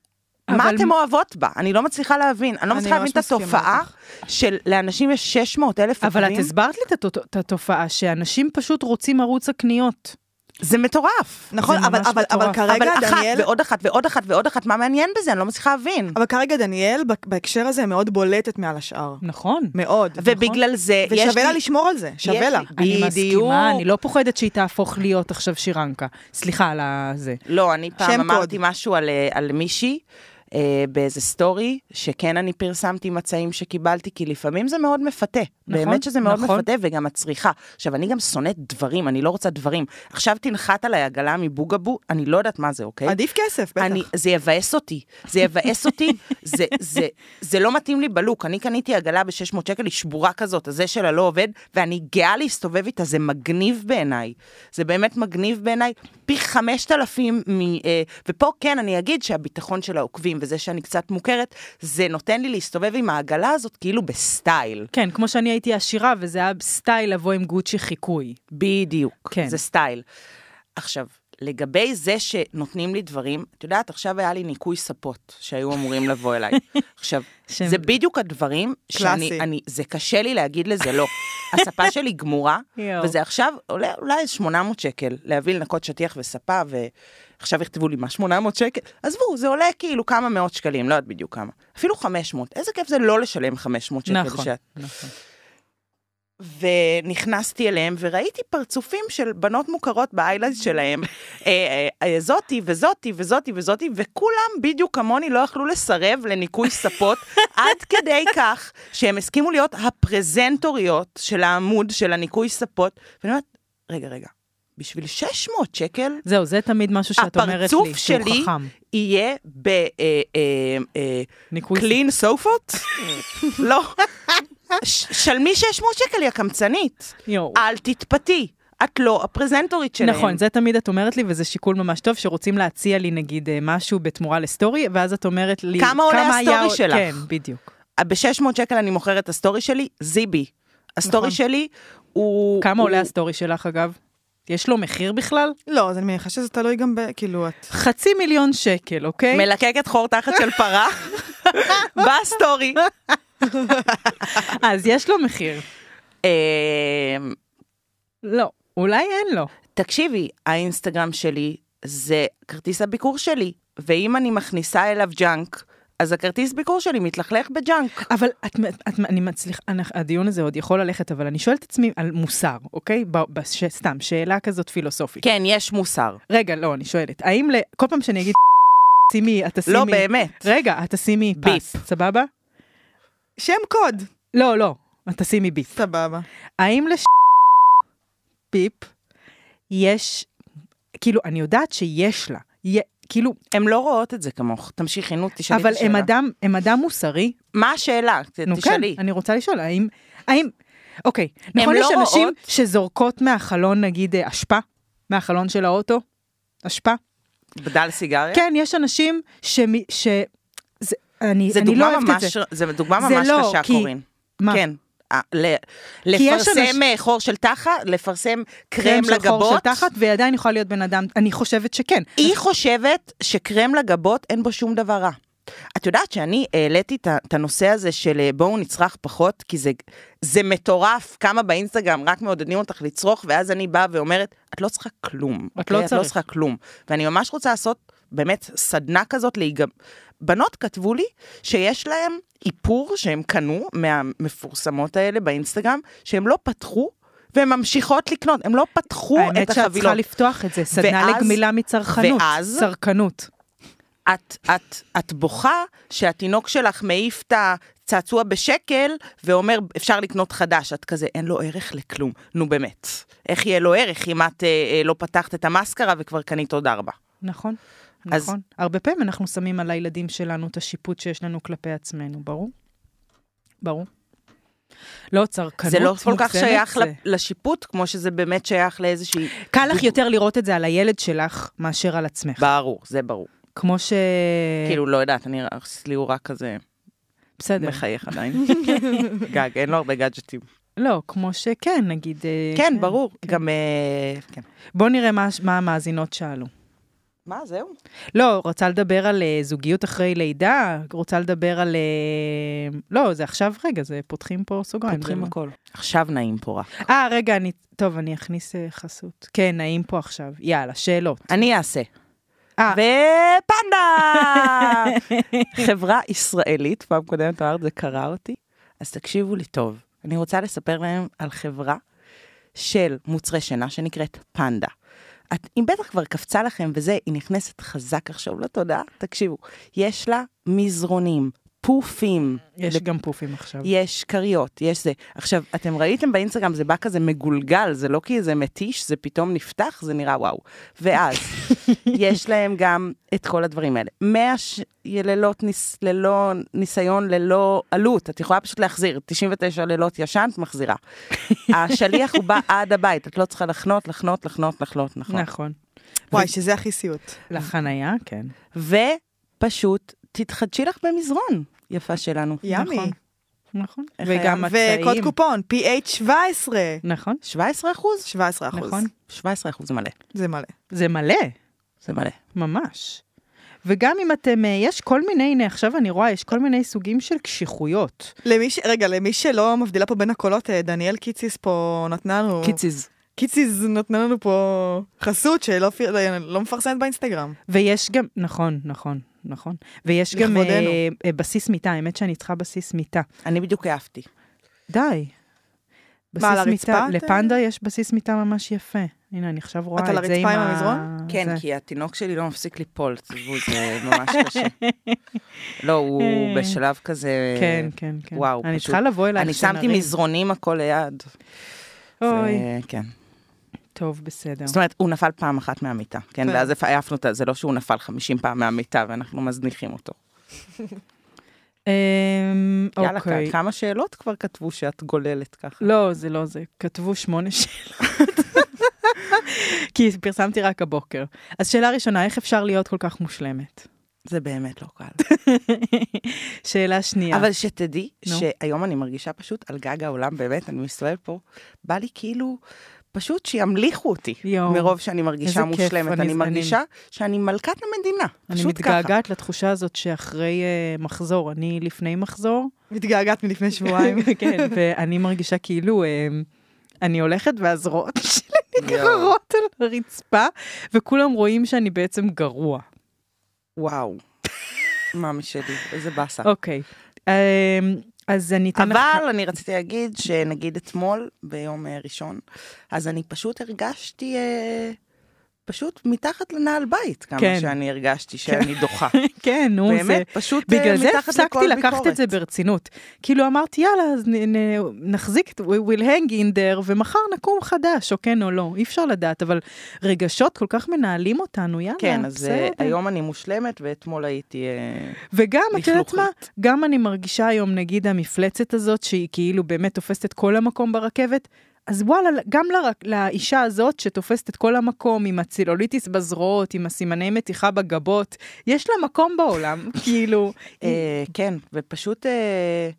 מה אבל- אתם אוהבות בה? אני לא מצליחה להבין, אני לא אני מצליחה ממש להבין את מסכימה התופעה איתך. של לאנשים יש 600 אלף אבל את עוקבים. הסברת לי את התו- את התופעה שאנשים פשוט רוצים ערוץ הקניות. זה מטורף. נכון, זה אבל, ממש אבל, אבל מטורף. כרגע, לא אבל אחת דניאל, נכון. ועוד אחת ועוד אחת ועוד אחת, מה מעניין בזה? אני לא מצליחה להבין. אבל כרגע דניאל, בה- בהקשר הזה, מאוד בולטת מעל השאר. נכון. מאוד. ובגלל זה, יש ושווה לה לי- לשמור על זה, יש שווה לה. לי- אני בדיוק. מסכימה, אני לא פוחדת שהיא תהפוך להיות עכשיו שירנקה. סליחה על הזה. לא, אני פעם שם אמרתי קוד. משהו על, אה, על מישהי. אה, באיזה סטורי, שכן אני פרסמתי מצעים שקיבלתי, כי לפעמים זה מאוד מפתה. נכון, באמת שזה מאוד נכון. מפתה, וגם את צריכה. עכשיו, אני גם שונאת דברים, אני לא רוצה דברים. עכשיו תנחת עליי עגלה מבוגבו, אני לא יודעת מה זה, אוקיי? עדיף כסף, בטח. אני, זה יבאס אותי, זה יבאס אותי, זה, זה, זה לא מתאים לי בלוק. אני קניתי עגלה ב-600 שקל, היא שבורה כזאת, הזה שלה לא עובד, ואני גאה להסתובב איתה, זה מגניב בעיניי. זה באמת מגניב בעיניי, פי 5,000 מ... אה, ופה כן, אני אגיד שהביטחון של העוקבים וזה שאני קצת מוכרת, זה נותן לי להסתובב עם העגלה הזאת כאילו בסטייל. כן, כמו שאני הייתי עשירה, וזה היה סטייל לבוא עם גוצ'י חיקוי. בדיוק, כן. זה סטייל. עכשיו, לגבי זה שנותנים לי דברים, את יודעת, עכשיו היה לי ניקוי ספות שהיו אמורים לבוא אליי. עכשיו, שם- זה בדיוק הדברים שאני, קלאסי. אני, זה קשה לי להגיד לזה לא. הספה שלי גמורה, יואו. וזה עכשיו עולה אולי 800 שקל להביא לנקות שטיח וספה, ועכשיו יכתבו לי מה 800 שקל? עזבו, זה עולה כאילו כמה מאות שקלים, לא יודעת בדיוק כמה. אפילו 500, איזה כיף זה לא לשלם 500 שקל. נכון, שאת- נכון. ונכנסתי אליהם וראיתי פרצופים של בנות מוכרות באיילנד שלהם. אה, אה, אה, זאתי וזאתי וזאתי וזאתי, וכולם בדיוק כמוני לא יכלו לסרב לניקוי ספות, עד כדי כך שהם הסכימו להיות הפרזנטוריות של העמוד של הניקוי ספות. ואני אומרת, רגע, רגע, בשביל 600 שקל זהו, זה תמיד משהו שאת אומרת הפרצוף לי, שהוא שלי חכם. יהיה ב... אה, אה, אה, ניקוי קלין סופות? לא. ש- שלמי 600 שקל, יא קמצנית. יואו. אל תתפתי, את לא הפרזנטורית שלהם. נכון, זה תמיד את אומרת לי, וזה שיקול ממש טוב, שרוצים להציע לי נגיד אה, משהו בתמורה לסטורי, ואז את אומרת לי... כמה עולה היה הסטורי עוד- שלך? כן, בדיוק. ב-600 שקל אני מוכרת את הסטורי שלי, זיבי. הסטורי נכון. שלי הוא... כמה הוא- עולה הסטורי שלך, אגב? יש לו מחיר בכלל? לא, אז אני מניחה שזה תלוי גם ב... כאילו, את... חצי מיליון שקל, אוקיי? מלקקת חור תחת של פרה, בסטורי. אז יש לו מחיר. אמ, לא, אולי אין לו. תקשיבי, האינסטגרם שלי זה כרטיס הביקור שלי, ואם אני מכניסה אליו ג'אנק, אז הכרטיס ביקור שלי מתלכלך בג'אנק. אבל את, את, אני מצליחה, אנחנו- הדיון הזה עוד יכול ללכת, אבל אני שואלת את עצמי על מוסר, אוקיי? ב, בש, סתם, שאלה כזאת פילוסופית. כן, יש מוסר. רגע, לא, אני שואלת, האם ל... כל פעם שאני אגיד... שימי, את תשימי... לא, באמת. רגע, את תשימי ביפ. פס, סבבה? שם קוד. לא, לא, את תשימי ביפ. סבבה. האם לש... פיפ יש... כאילו, אני יודעת שיש לה. יה... כאילו, הן לא רואות את זה כמוך. תמשיכי, נו, תשאלי את אבל השאלה. הם אדם, הם אדם מוסרי. מה השאלה? ת- נו כן, תשאלי. אני רוצה לשאול, האם... האם... אוקיי, נכון לא יש אנשים רואות-dating לא כן. אה, אה, לא אוקיי? לא צעצוע בשקל, ואומר, אפשר לקנות חדש. את כזה, אין לו ערך לכלום. נו באמת. איך יהיה לו ערך אם את אה, אה, לא פתחת את המאסקרה וכבר קנית עוד ארבע? נכון. אז- נכון. הרבה פעמים אנחנו שמים על הילדים שלנו את השיפוט שיש לנו כלפי עצמנו, ברור? ברור. לא צרכנות זה לא כל כך מוגזמת, שייך זה- ל- לשיפוט, כמו שזה באמת שייך לאיזושהי... קל לך יותר לראות את זה על הילד שלך מאשר על עצמך. ברור, זה ברור. כמו ש... אה. כאילו, לא יודעת, אני ליאורה כזה בסדר. מחייך עדיין. גג, אין לו הרבה גאדג'טים. לא, כמו שכן, נגיד... אה, כן, ברור. גם... אה, כן. בוא נראה מה, מה המאזינות שאלו. מה, זהו? לא, רוצה לדבר על אה, זוגיות אחרי לידה, רוצה לדבר על... אה, לא, זה עכשיו, רגע, זה פותחים פה סוגריים. פותחים זה- לא- הכל. עכשיו נעים פה רע. אה, רגע, אני... טוב, אני אכניס אה, חסות. כן, נעים פה עכשיו. יאללה, שאלות. אני אעשה. אה, ופנדה! חברה ישראלית, פעם קודמת אמרת, זה קרע אותי, אז תקשיבו לי טוב. אני רוצה לספר להם על חברה של מוצרי שינה שנקראת פנדה. את, אם בטח כבר קפצה לכם וזה, היא נכנסת חזק עכשיו לתודעה, תקשיבו. יש לה מזרונים, פופים. יש גם פופים עכשיו. יש כריות, יש זה. עכשיו, אתם ראיתם באינסטגרם, זה בא כזה מגולגל, זה לא כי זה מתיש, זה פתאום נפתח, זה נראה וואו. ואז, יש להם גם את כל הדברים האלה. 100 ש... לילות ניס... ללא ניסיון, ללא עלות, את יכולה פשוט להחזיר. 99 לילות ישנת, מחזירה. השליח הוא בא עד הבית, את לא צריכה לחנות, לחנות, לחנות, לחנות, לחנות. נכון. וואי, שזה הכי סיוט. לחנייה, כן. ופשוט, תתחדשי לך במזרון, יפה שלנו. ימי. נכון. נכון. איך היה? וגם הצעים. וקוד קופון, PH 17. נכון, 17 אחוז? 17 אחוז. נכון. 17 אחוז זה מלא. זה מלא. זה מלא. זה מלא. ממש. וגם אם אתם, אה, יש כל מיני, הנה עכשיו אני רואה, יש כל מיני סוגים של קשיחויות. למי ש... רגע, למי שלא מבדילה פה בין הקולות, אה, דניאל קיציס פה נתנה לנו... קיציז. קיציס נתנה לנו פה חסות שלא פי- לא מפרסמת באינסטגרם. ויש גם, נכון, נכון, נכון. ויש גם לכבודנו. אה, אה, בסיס מיטה, האמת שאני צריכה בסיס מיטה. אני בדיוק העפתי. די. בסיס על הרצפה מיטה, אתם? לפנדה יש בסיס מיטה ממש יפה. הנה, אני עכשיו רואה את את זה על עם ה... הרצפה עם המזרון? כן, זה. כי התינוק שלי לא מפסיק ליפול, תעזבו, זה ממש קשה. לא, הוא בשלב כזה... כן, כן, כן. אה, וואו, אני פשוט. צריכה לבוא אלייך אני שמתי שנרים. מזרונים הכל ליד. אוי, זה- כן. טוב, בסדר. זאת אומרת, הוא נפל פעם אחת מהמיטה, כן? כן. ואז העפנו את ה... זה לא שהוא נפל 50 פעם מהמיטה ואנחנו מזניחים אותו. אמ, יאללה, אוקיי. כ- כמה שאלות כבר כתבו שאת גוללת ככה. לא, זה לא זה. כתבו שמונה שאלות. כי פרסמתי רק הבוקר. אז שאלה ראשונה, איך אפשר להיות כל כך מושלמת? זה באמת לא קל. שאלה שנייה. אבל שתדעי נו. שהיום אני מרגישה פשוט על גג העולם, באמת, אני מסתובבת פה, בא לי כאילו, פשוט שימליכו אותי, יואו. מרוב שאני מרגישה איזה כיף, מושלמת. אני- אני אני- מרגישה שאני מלכת המדינה, אני פשוט ככה. מתגעגעת לתחושה הזאת שאחרי אה, מחזור, אני לפני מחזור, מתגעגעת מלפני שבועיים. כן, ואני מרגישה כאילו אה, אני הולכת והזרועות שלי יואו. נגררות על הרצפה, וכולם רואים שאני בעצם גרוע. וואו. מאמי שלי, איזה באסה. אוקיי. אה, אז אני אתן לך... אבל אני רציתי להגיד שנגיד אתמול, ביום אה, ראשון, אז אני פשוט הרגשתי... אה, פשוט מתחת לנעל בית, כמה כן. שאני הרגשתי שאני דוחה. כן, נו, זה... באמת, פשוט אה, בגלל זה מתחת הפסקתי לכל לקחת ביקורת. את זה ברצינות. כאילו אמרתי, יאללה, אז נ- נ- נחזיק את We will hang in there, ומחר נקום חדש, או כן או לא. אי אפשר לדעת, אבל רגשות כל כך מנהלים אותנו, יאללה, כן, אז אה, בסדר. היום אני מושלמת, ואתמול הייתי... אה, וגם, את יודעת מה? לכלוכית. גם אני מרגישה היום, נגיד, המפלצת הזאת, שהיא כאילו באמת תופסת את כל המקום ברכבת, אז וואלה, גם לר... לאישה הזאת שתופסת את כל המקום, עם הצילוליטיס בזרועות, עם הסימני מתיחה בגבות, יש לה מקום בעולם, כאילו, אה, כן, ופשוט, אה,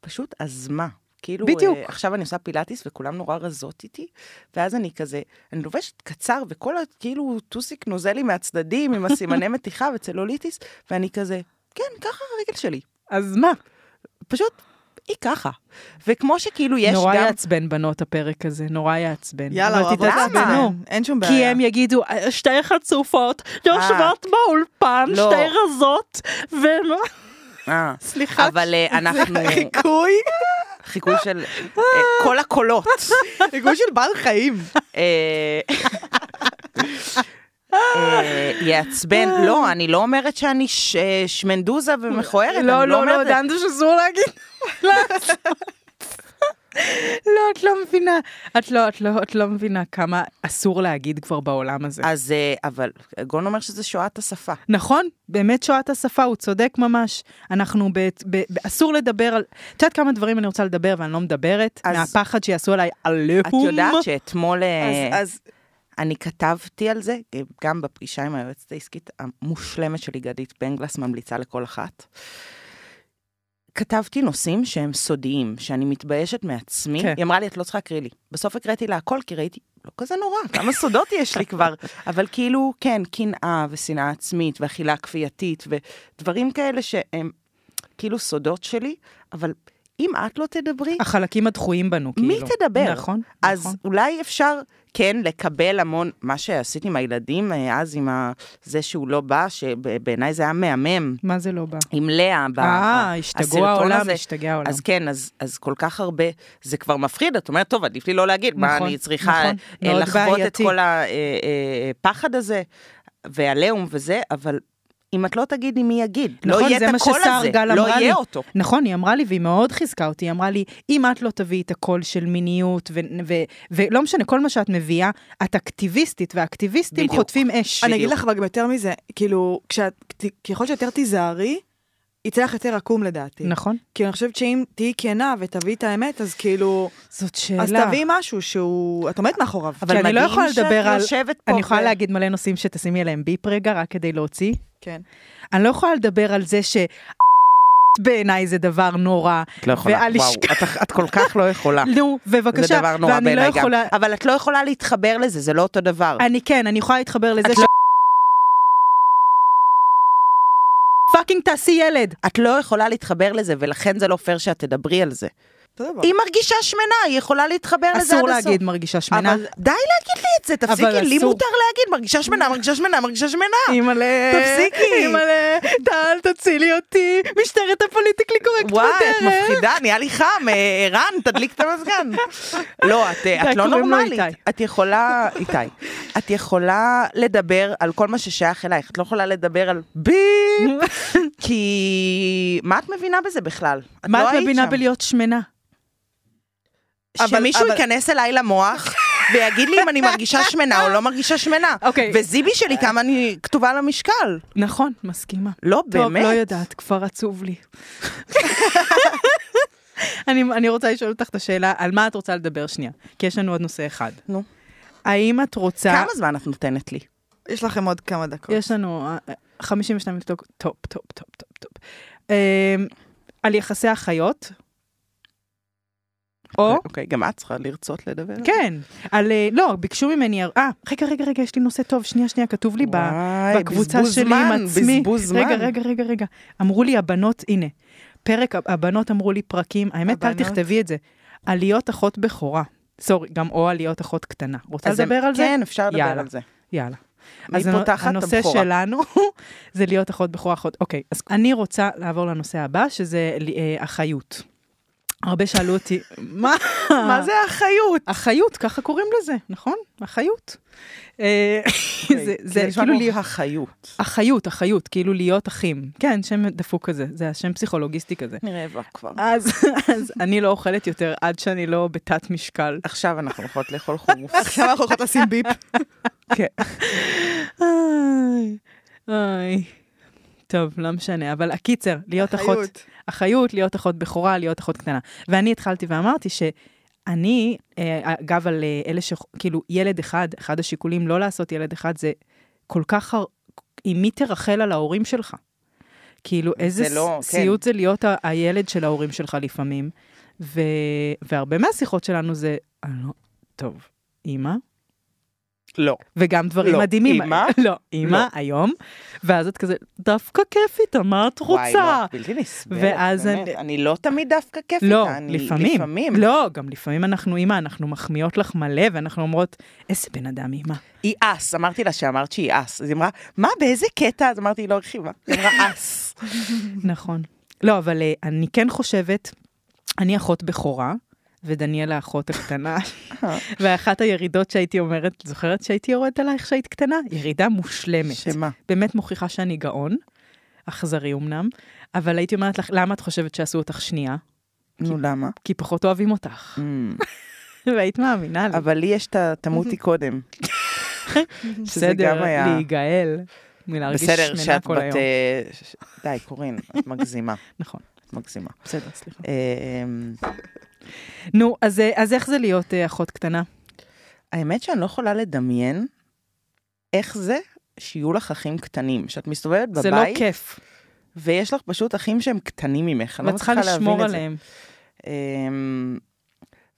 פשוט, אז מה? כאילו, בדיוק. אה, עכשיו אני עושה פילאטיס וכולם נורא רזות איתי, ואז אני כזה, אני לובשת קצר וכל ה... כאילו טוסיק נוזל לי מהצדדים עם הסימני מתיחה וצלוליטיס, ואני כזה, כן, ככה הרגל שלי. אז מה? פשוט, היא ככה. וכמו שכאילו יש נורא גם... יעצבן בנות הפרק הזה, נורא יעצבן. יאללה, אבל אוהבות תתעצבנו. לעצבן. אין שום בעיה. כי הם יגידו, "אה, שתי חצופות, יושבות באולפן, לא. שתי רזות, ומה? אה, סליחה. אבל אה, אנחנו... חיקוי, חיקוי של אה, כל הקולות. חיקוי של בעל חיים. אה, אה, יעצבן, לא, אני לא אומרת שאני ש- אה, שמנדוזה ומכוערת, אני לא, לא, לא, אומרת- דנדו שאסור להגיד. לא, את לא מבינה. את לא, את לא, את לא מבינה כמה אסור להגיד כבר בעולם הזה. אז, אה, אבל גון אומר שזה שואת השפה. נכון, באמת שואת השפה, הוא צודק ממש. אנחנו, ב, ב, ב, אסור לדבר על... את יודעת כמה דברים אני רוצה לדבר ואני לא מדברת? אז- מהפחד שיעשו עליי עליהום. את יודעת שאתמול אה, אז- אז אני כתבתי על זה, אה, גם בפגישה עם היועצת העסקית המושלמת שלי, גדית בנגלס, ממליצה לכל אחת. כתבתי נושאים שהם סודיים, שאני מתביישת מעצמי. כן. היא אמרה לי, את לא צריכה להקריא לי. בסוף הקראתי לה הכל, כי ראיתי, לא כזה נורא, כמה סודות יש לי כבר. אבל כאילו, כן, קנאה ושנאה עצמית ואכילה כפייתית ודברים כאלה שהם כאילו סודות שלי, אבל אם את לא תדברי, החלקים הדחויים בנו, כאילו. מי תדבר? נכון, אז נכון. אולי אפשר כן לקבל המון, מה שעשית עם הילדים אה, אז, עם ה... זה שהוא לא בא, שבעיניי זה היה מהמם, מה זה לא בא? עם לאה, ב- אה, ה- השתגעו הסרטון העולם, הזה. השתגע העולם. אז כן, אז, אז כל כך הרבה, זה כבר מפחיד, את אומרת, טוב, עדיף לי לא להגיד, מה נכון, אני צריכה נכון, אה, מאוד לחוות בעייתי. את כל אה, הפחד הזה, והעליהום וזה, אבל אם את לא תגידי מי יגיד, נכון, לא יהיה זה את מה הקול שסער הזה, גל לא אמרה יהיה לי. אותו. נכון, היא אמרה לי, והיא מאוד חיזקה אותי, היא אמרה לי, אם את לא תביאי את הקול של מיניות, ו- ו- ולא משנה, כל מה שאת מביאה, את אקטיביסטית, והאקטיביסטים בדיוק. חוטפים אש. אני אגיד לך גם יותר מזה, כאילו, כשאת- ככל שיותר תיזהרי, יצא לך יותר עקום לדעתי. נכון. כי אני חושבת שאם תהיי כנה ותביאי את האמת, אז כאילו, זאת שאלה. אז תביאי משהו שהוא, את עומדת מאחוריו. אבל- אני לא מדהים יכולה לדבר על- שאת יושבת פה אני יכולה ו- להגיד מלא נושאים שתשימי עליהם ביפ רגע, רק כדי להוציא. כן. אני לא יכולה לדבר על זה ש... בעיניי זה דבר נורא. את לא יכולה, והלשכה- וואו, את, את כל כך לא יכולה. נו, בבקשה. זה דבר נורא ואני לא בעיניי גם. יכולה... אבל את לא יכולה להתחבר לזה, זה לא אותו דבר. אני כן, אני יכולה להתחבר לזה את ש... לא- פאקינג תעשי ילד. את לא יכולה להתחבר לזה, ולכן זה לא פייר שאת תדברי על זה. אותו דבר. היא מרגישה שמנה, היא יכולה להתחבר לזה עד אסור הסוף. להגיד מרגישה שמנה. אבל די להגיד לי את זה, אבל תפסיקי, לי אסור. מותר להגיד, מרגישה שמנה, מרגישה שמנה, מרגישה שמנה. אימא'לה, תפסיקי. אימא'לה, טל, תצילי אותי, משטרת הפוליטיקלי קורקט וואי, את בדרך. מפחידה, נהיה לי חם, אה, ערן, תדליק את המזגן. לא, את, אה, די, את לא קוראים לו נורמלית. איתי. את יכולה, איתי, את יכולה לדבר על כל מה ששייך אלייך, את לא יכולה לדבר על ביפ, כי מה את מבינה בזה בכלל? מה לא את היית מבינה שם. בלהיות שמנה? אבל- שמישהו אבל- ייכנס אליי למוח ויגיד לי אם אני מרגישה שמנה או לא מרגישה שמנה. אוקיי. וזיבי שלי כמה אני כתובה על המשקל. נכון, מסכימה. לא, טוב, באמת. לא יודעת, כבר עצוב לי. אני, אני רוצה לשאול אותך את השאלה, על מה את רוצה לדבר שנייה? כי יש לנו עוד נושא אחד. נו. האם את רוצה... כמה זמן את נותנת לי? יש לכם עוד כמה דקות. יש לנו אה, אה, 52 דקות, טופ, טופ, טופ, טופ, טופ. אמ, על יחסי אחיות, או, אוקיי, גם את צריכה לרצות לדבר. כן, על, אה, לא, ביקשו ממני, אה, רגע, רגע, רגע, יש לי נושא טוב, שנייה, שנייה, כתוב לי ב... וואי, בקבוצה בזבוז שלי עם זמן, עצמי. בזבוז זמן. רגע, רגע, רגע, רגע. אמרו לי הבנות, הנה, פרק, הבנות אמרו לי פרקים, האמת, אל הבנות. תכתבי את זה. על להיות אחות בכורה. סורי, גם או על להיות אחות קטנה. רוצה אז לדבר הם- על זה? כן, אפשר לדבר יאללה. על זה. יאללה. מי הנו- פותחת? הנושא הבכורה. שלנו זה להיות אחות בכורה אחות. אוקיי, אז אני רוצה לעבור לנושא הבא, שזה אה, אחיות. הרבה שאלו אותי, מה? מה זה האחריות? אחיות, ככה קוראים לזה, נכון? אחיות. אה, זה- זה כאילו כאילו להיות... לי החיות. אחיות, אחיות, כאילו להיות אחים. כן, שם דפוק כזה, זה השם פסיכולוגיסטי כזה. אני רעבה כבר. אז, אז אני לא אוכלת יותר עד שאני לא בתת משקל. עכשיו אנחנו הולכות לאכול חומוס. עכשיו אנחנו יכולות לשים ביפ. איי, איי. טוב, לא משנה, אבל הקיצר, להיות אחות, אחריות. אחיות, להיות אחות בכורה, להיות אחות קטנה. ואני התחלתי ואמרתי שאני, אה, אגב, על אה, אלה שכאילו, ילד אחד, אחד השיקולים לא לעשות ילד אחד, זה כל כך, הר- עם מי תרחל על ההורים שלך? כאילו, איזה זה לא, ס- כן. סיוט זה להיות ה- הילד של ההורים שלך לפעמים. ו... והרבה מהשיחות שלנו זה, "אני לא, טוב, אימא, לא. וגם דברים לא, מדהימים. אמא? לא, אימא, לא. היום. ואז את כזה, דווקא כיף איתה, מה את רוצה? וואי, לא, בלתי נסבלת, ואז באמת. אני- אני לא תמיד דווקא כיף לא, איתה, אני- לפעמים. לפעמים. לא, גם לפעמים אנחנו, אימא, אנחנו מחמיאות לך מלא, ואנחנו אומרות, איזה בן אדם, אימא. היא אס, אמרתי לה שאמרת שהיא אס. אז היא אמרה, מה, באיזה קטע? אז אמרתי, היא לא הרחיבה. היא אמרה אס. נכון. לא, אבל אה, אני כן חושבת, אני אחות בכורה, ודניאלה האחות הקטנה, ואחת הירידות שהייתי אומרת, זוכרת שהייתי יורדת עלייך שהיית קטנה? ירידה מושלמת. שמה? באמת מוכיחה שאני גאון, אכזרי אמנם, אבל הייתי אומרת לך, למה את חושבת שעשו אותך שנייה? נו, למה? כי פחות אוהבים אותך. אמ, והיית מאמינה לי. אבל לי יש את ה- תמותי קודם. שזה גם היה... בסדר, להיגאל. מלהרגיש בסדר, שמנה שאת כל היום. בת... אה, ש- ש- די, קורין, את מגזימה, נכון, את מגזימה. בסדר, סליחה. אה, אמ, נו, אז, אה, אז איך זה להיות אה, אחות קטנה? האמת שאני לא יכולה לדמיין איך זה שיהיו לך אחים קטנים. שאת מסתובבת זה לא בבית, כיף. ויש לך פשוט אחים שהם קטנים ממך. אני ואת לא צריכה מצליחה להבין לשמור את זה. עליהם. אמ,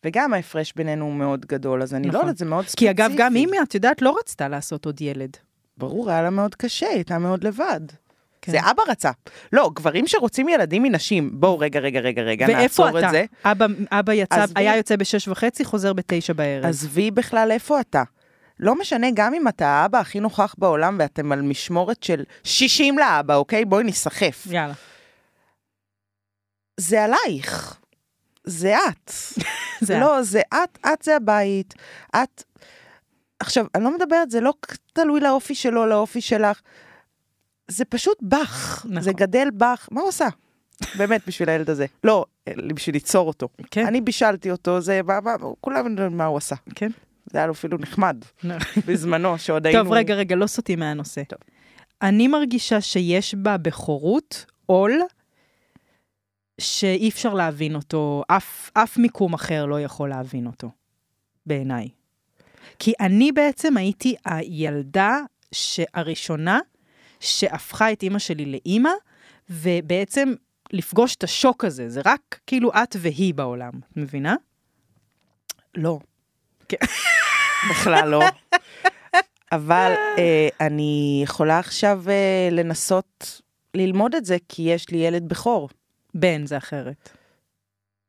וגם ההפרש בינינו הוא מאוד גדול, אז אני לא נכון. יודעת, זה מאוד כי ספציפי. אגב, גם אימי, את יודעת, לא רצתה לעשות עוד ילד. ברור, היה לה מאוד קשה, היא הייתה מאוד לבד. כן. זה אבא רצה. לא, גברים שרוצים ילדים מנשים, בואו רגע, רגע, רגע, רגע, נעצור ואיפה את זה. אתה? אבא, אבא יצא, עזבי. היה יוצא בשש וחצי, חוזר בתשע בערב. עזבי בכלל איפה אתה. לא משנה, גם אם אתה האבא הכי נוכח בעולם ואתם על משמורת של 60 לאבא, אוקיי? בואי ניסחף. יאללה. זה עלייך. זה את. זה לא, זה את, את זה הבית. את... עכשיו, אני לא מדברת, זה לא תלוי לאופי שלו, לאופי שלך. זה פשוט בך. נכון. זה גדל בך. מה הוא עשה? באמת, בשביל הילד הזה. לא, בשביל ליצור אותו. כן. אני בישלתי אותו, זה... מה, מה, כולם יודעים מה הוא עשה. כן. זה היה לו אפילו נחמד לא. בזמנו, שעוד היינו... טוב, רגע, רגע, לא סוטים מהנושא. טוב. אני מרגישה שיש בה בכורות עול שאי אפשר להבין אותו, אף, אף מיקום אחר לא יכול להבין אותו, בעיניי. כי אני בעצם הייתי הילדה ש- הראשונה שהפכה את אימא שלי לאימא, ובעצם לפגוש את השוק הזה, זה רק כאילו את והיא בעולם, את מבינה? לא. כן. בכלל לא. אבל אה, אני יכולה עכשיו אה, לנסות ללמוד את זה, כי יש לי ילד בכור. בן זה אחרת.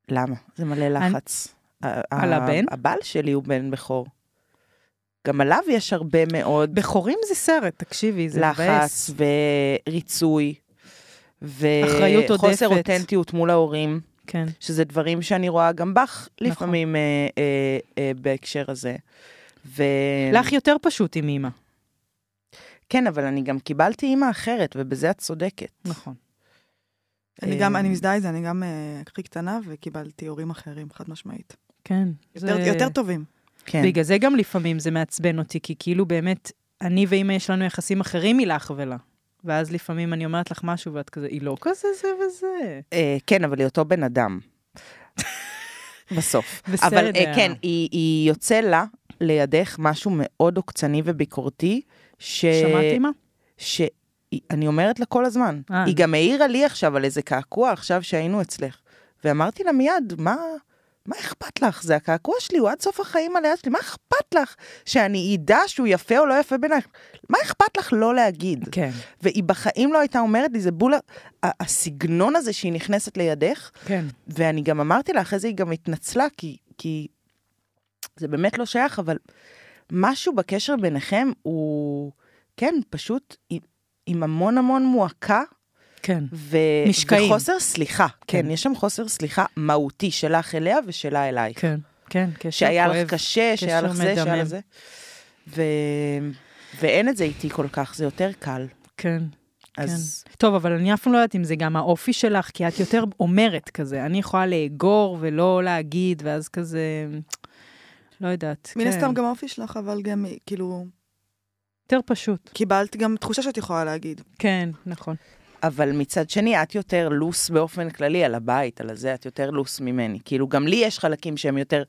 למה? זה מלא לחץ. ה- ה- על הבן? הבעל שלי הוא בן בכור. גם עליו יש הרבה מאוד בכורים זה סרט, תקשיבי, זה מבאס. לחץ וריצוי. אחריות וחוסר עודפת. אותנטיות מול ההורים, כן. שזה דברים שאני רואה גם בך נכון. לפעמים אה, אה, אה, בהקשר הזה. ו... לך יותר פשוט עם אימא. כן, אבל אני גם קיבלתי אימא אחרת, ובזה את צודקת. נכון. אני גם, אה, אני מזדהה עם זה, אני גם אה, הכי קטנה וקיבלתי הורים אחרים, חד משמעית. כן. יותר- יותר טובים. כן. בגלל זה גם לפעמים זה מעצבן אותי, כי כאילו באמת, אני ואימא יש לנו יחסים אחרים מלך ולה. ואז לפעמים אני אומרת לך משהו ואת כזה, היא לא כזה זה וזה. אה, כן, אבל היא אותו בן אדם. בסוף. בסדר. אבל אה, כן, היא, היא יוצא לה, לידך, משהו מאוד עוקצני וביקורתי, ש... שמעת אימא? ש... היא- אני אומרת לה כל הזמן. אה. היא גם העירה לי עכשיו על איזה קעקוע עכשיו שהיינו אצלך. ואמרתי לה מיד, מה... מה אכפת לך? זה הקעקוע שלי, הוא עד סוף החיים על היד שלי, מה אכפת לך שאני אדע שהוא יפה או לא יפה בעינייך? מה אכפת לך לא להגיד? כן, והיא בחיים לא הייתה אומרת לי, זה בול ה- ה- הסגנון הזה שהיא נכנסת לידך, כן. ואני גם אמרתי לה, אחרי זה היא גם התנצלה, כי, כי זה באמת לא שייך, אבל משהו בקשר ביניכם הוא, כן, פשוט עם, עם המון המון מועקה. כן. ו... משקעים. וחוסר סליחה, כן. כן. כן, יש שם חוסר סליחה מהותי שלך אליה ושלה אלייך. כן. כן, קשר כואב. שהיה לך קשה, שהיה קשר לך זה, שהיה מדמם. לך זה. ו... ואין את זה איתי כל כך, זה יותר קל. כן. אז טוב, אבל אני אף פעם לא יודעת אם זה גם האופי שלך, כי את יותר אומרת כזה. אני יכולה לאגור ולא להגיד, ואז כזה... לא יודעת. מן כן. הסתם גם האופי שלך, אבל גם, כאילו, יותר פשוט. קיבלת גם תחושה שאת יכולה להגיד. כן, נכון. אבל מצד שני, את יותר לוס באופן כללי על הבית, על הזה, את יותר לוס ממני. כאילו, גם לי יש חלקים שהם יותר,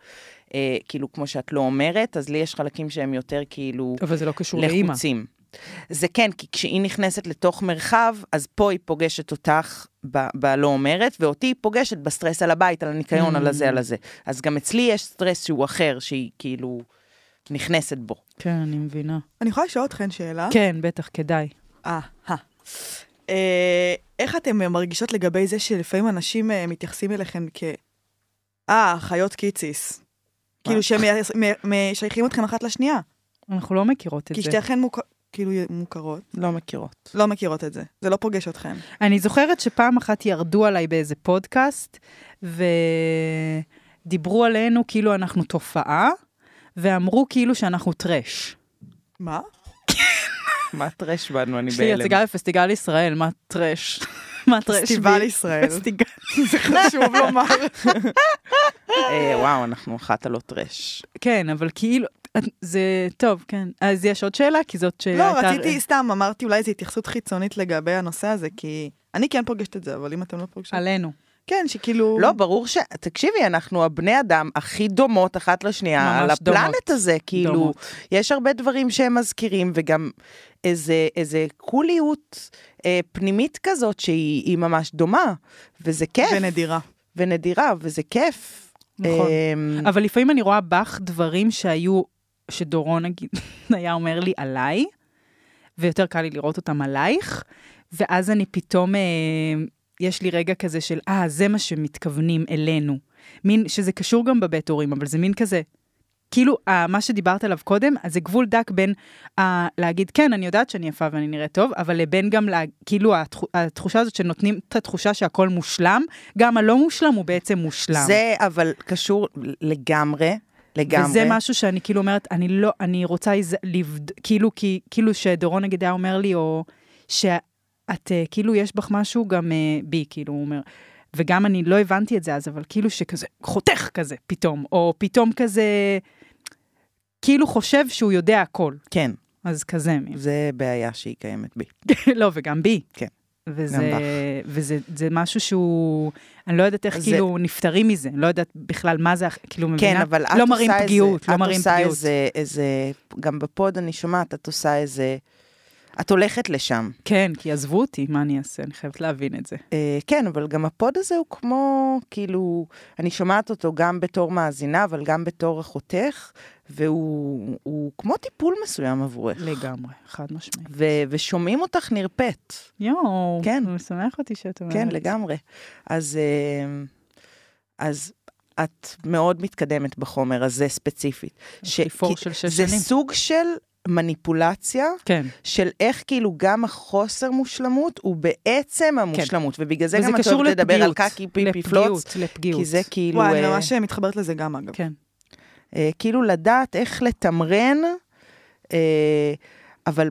אה, כאילו, כמו שאת לא אומרת, אז לי יש חלקים שהם יותר, כאילו, אבל זה לא קשור לאימא. לחוצים. זה כן, כי כשהיא נכנסת לתוך מרחב, אז פה היא פוגשת אותך ב- בלא אומרת, ואותי היא פוגשת בסטרס על הבית, על הניקיון, Mm. על הזה, על הזה. אז גם אצלי יש סטרס שהוא אחר, שהיא כאילו נכנסת בו. כן, אני מבינה. אני יכולה לשאול אתכן שאלה? כן, בטח, כדאי. אה, אה. אה, איך אתן אה, מרגישות לגבי זה שלפעמים אנשים אה, מתייחסים אליכן כ... אה, חיות קיציס. כאילו שהם מ- מ- משייכים אתכן אחת לשנייה. אנחנו לא מכירות את זה. כי שתיכן מוכר... כאילו מוכרות, לא מכירות. לא מכירות את זה, זה לא פוגש אתכן. אני זוכרת שפעם אחת ירדו עליי באיזה פודקאסט, ודיברו עלינו כאילו אנחנו תופעה, ואמרו כאילו שאנחנו טרש. מה? מה טרש בנו, אני יש לי בהלם. הצגה בפסטיגל ישראל, מה טרש? מה את רשמית? פסטיבל ישראל. פסטיגל. זה חשוב לומר. אה, וואו, אנחנו אחת הלא טרש. כן, אבל כאילו, את- זה טוב, כן. אז יש עוד שאלה? כי זאת כן, לא, שאלה... רציתי, סתם אמרתי אולי זו התייחסות חיצונית לגבי הנושא הזה, כי אני כן פוגשת את זה, אבל אם אתם לא פוגשים... עלינו. כן, שכאילו... לא, ברור ש... תקשיבי, אנחנו הבני אדם הכי דומות אחת לשנייה ממש על דומות. הפלנט הזה, כאילו. דומות. יש הרבה דברים שהם מזכירים, וגם איזה, איזה קוליות אה, פנימית כזאת שהיא היא ממש דומה, וזה כיף, ונדירה. ונדירה, וזה כיף. נכון. אה, אבל לפעמים אני רואה בך דברים שהיו, שדורון נגיד היה אומר לי עליי, ויותר קל לי לראות אותם עלייך, ואז אני פתאום, אה, יש לי רגע כזה של, אה, זה מה שמתכוונים אלינו. מין, שזה קשור גם בבית הורים, אבל זה מין כזה, כאילו, אה, מה שדיברת עליו קודם, אז זה גבול דק בין אה, להגיד, כן, אני יודעת שאני יפה ואני נראית טוב, אבל לבין גם, לה, כאילו, התחו- התחושה הזאת שנותנים את התחושה שהכל מושלם, גם הלא מושלם הוא בעצם מושלם. זה אבל קשור לגמרי, לגמרי. וזה משהו שאני כאילו אומרת, אני לא, אני רוצה איז- לבד... כאילו, כי, כאילו שדורון נגיד היה אומר לי, או שאת, אה, כאילו, יש בך משהו גם אה, בי, כאילו, הוא אומר. וגם אני לא הבנתי את זה אז, אבל כאילו שכזה, חותך כזה פתאום, או פתאום כזה, כאילו חושב שהוא יודע הכל. כן, אז כזה, מין. זה בעיה שהיא קיימת בי. לא, וגם בי. כן. וזה, גם בך. וזה זה משהו שהוא, אני לא יודעת איך זה- כאילו נפטרים מזה, אני לא יודעת בכלל מה זה, כאילו מבינה, כן, אבל את לא עושה מראים איזה- פגיעות, לא מראים את פגיעות. עושה איזה, איזה, גם בפוד אני שומעת, את עושה איזה, את הולכת לשם. כן, כי עזבו אותי, מה אני אעשה? אני חייבת להבין את זה. אה, כן, אבל גם הפוד הזה הוא כמו, כאילו, אני שומעת אותו גם בתור מאזינה, אבל גם בתור אחותך, והוא הוא כמו טיפול מסוים עבורך. לגמרי, חד משמעית. ו- ושומעים אותך נרפאת. יואו, כן. הוא משמח אותי שאת אומרת. כן, לגמרי. אז, אה, אז את מאוד מתקדמת בחומר הזה ספציפית. ש- חיפור כי- של שש זה שנים. סוג של מניפולציה כן, של איך כאילו גם החוסר מושלמות הוא בעצם המושלמות, ובגלל זה כן. וזה גם את קשור אוהבת לדבר על לפגיעות, קקי פיפי פלוץ, לפגיעות, לפגיעות. כי זה כאילו, וואי, אני אה, ממש מתחברת לזה גם, אגב. כן, אה, כאילו לדעת איך לתמרן, אה, אבל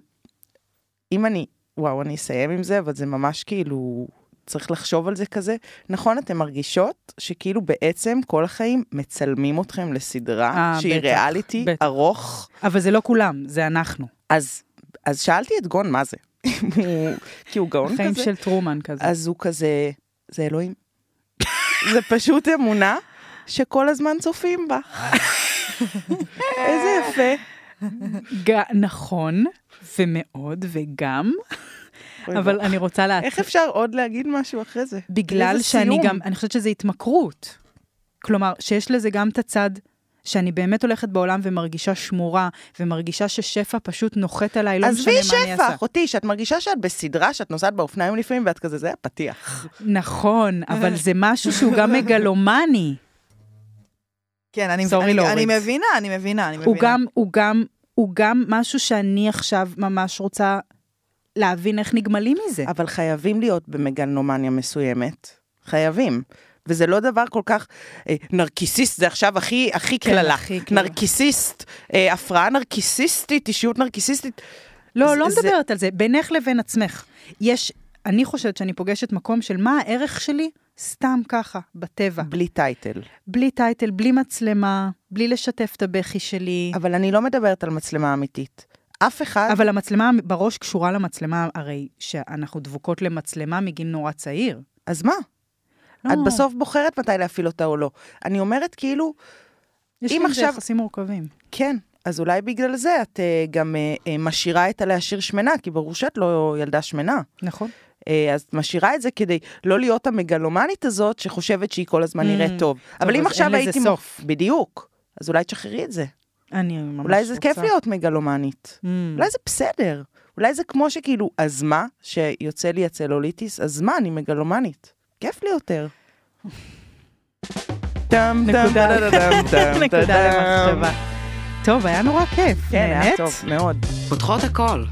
אם אני, וואו, אני אסיים עם זה, אבל זה ממש כאילו, צריך לחשוב על זה כזה. נכון, אתן מרגישות שכאילו בעצם כל החיים מצלמים אתכם לסדרה אה, שהיא בטח, ריאליטי בטח. ארוך, אבל זה לא כולם, זה אנחנו. אז, אז שאלתי את גון מה זה, הוא- כי הוא גאון חיים נכון כזה. אה. של טרומן כזה. אז הוא כזה, זה אלוהים. זה פשוט אמונה שכל הזמן צופים בה. איזה יפה. ג- נכון, ומאוד, וגם, אוי, אבל בוא. אני רוצה לה... איך אפשר עוד להגיד משהו אחרי זה? בגלל איזה שאני סיום. גם, אני חושבת שזה התמכרות. כלומר, שיש לזה גם את הצד שאני באמת הולכת בעולם ומרגישה שמורה, ומרגישה ששפע פשוט נוחת עליי, לא משנה עזבי מה אני אעשה. שפע, אחותי, שאת מרגישה שאת בסדרה, שאת נוסעת באופניים לפעמים, ואת כזה, זה היה פתיח. נכון, אה. אבל זה משהו שהוא גם מגלומני. כן, אני, Sorry, אני, לא, אני אורית. מבינה, אני מבינה, אני מבינה. הוא גם, הוא גם, הוא גם משהו שאני עכשיו ממש רוצה להבין איך נגמלים מזה. אבל חייבים להיות במגלנומניה מסוימת. חייבים. וזה לא דבר כל כך... אה, נרקיסיסט זה עכשיו הכי, הכי כן, קללה. הכי קללה. נרקיסיסט, אה, הפרעה נרקיסיסטית, אישיות נרקיסיסטית. לא, זה- לא זה- מדברת על זה, בינך לבין עצמך. יש, אני חושבת שאני פוגשת מקום של מה הערך שלי סתם ככה, בטבע. בלי טייטל. בלי טייטל, בלי מצלמה, בלי לשתף את הבכי שלי. אבל אני לא מדברת על מצלמה אמיתית. אף אחד... אבל המצלמה בראש קשורה למצלמה, הרי שאנחנו דבוקות למצלמה מגיל נורא צעיר. אז מה? לא, את בסוף בוחרת מתי להפעיל אותה או לא. אני אומרת כאילו, יש אם לי עם זה עכשיו- יחסים מורכבים. כן, אז אולי בגלל זה את אה, גם אה, אה, משאירה את הלהשאיר שמנה, כי ברור שאת לא ילדה שמנה. נכון. אה, אז את משאירה את זה כדי לא להיות המגלומנית הזאת שחושבת שהיא כל הזמן נראית טוב. אבל Mm, אז אם אין עכשיו לזה הייתי... מ- סוף. בדיוק. אז אולי תשחררי את זה. אני ממש רוצה. אולי זה כיף להיות מגלומנית. Mm. אולי זה בסדר. אולי זה כמו שכאילו, אז מה, שיוצא לי הצלוליטיס, אז מה, אני מגלומנית. כיף לי יותר. טם, טם, נקודה. טם, טם, נקודה טם. למחשבה. טוב, היה נורא כיף. כן, היה נהנית? טוב מאוד. פותחות הכל.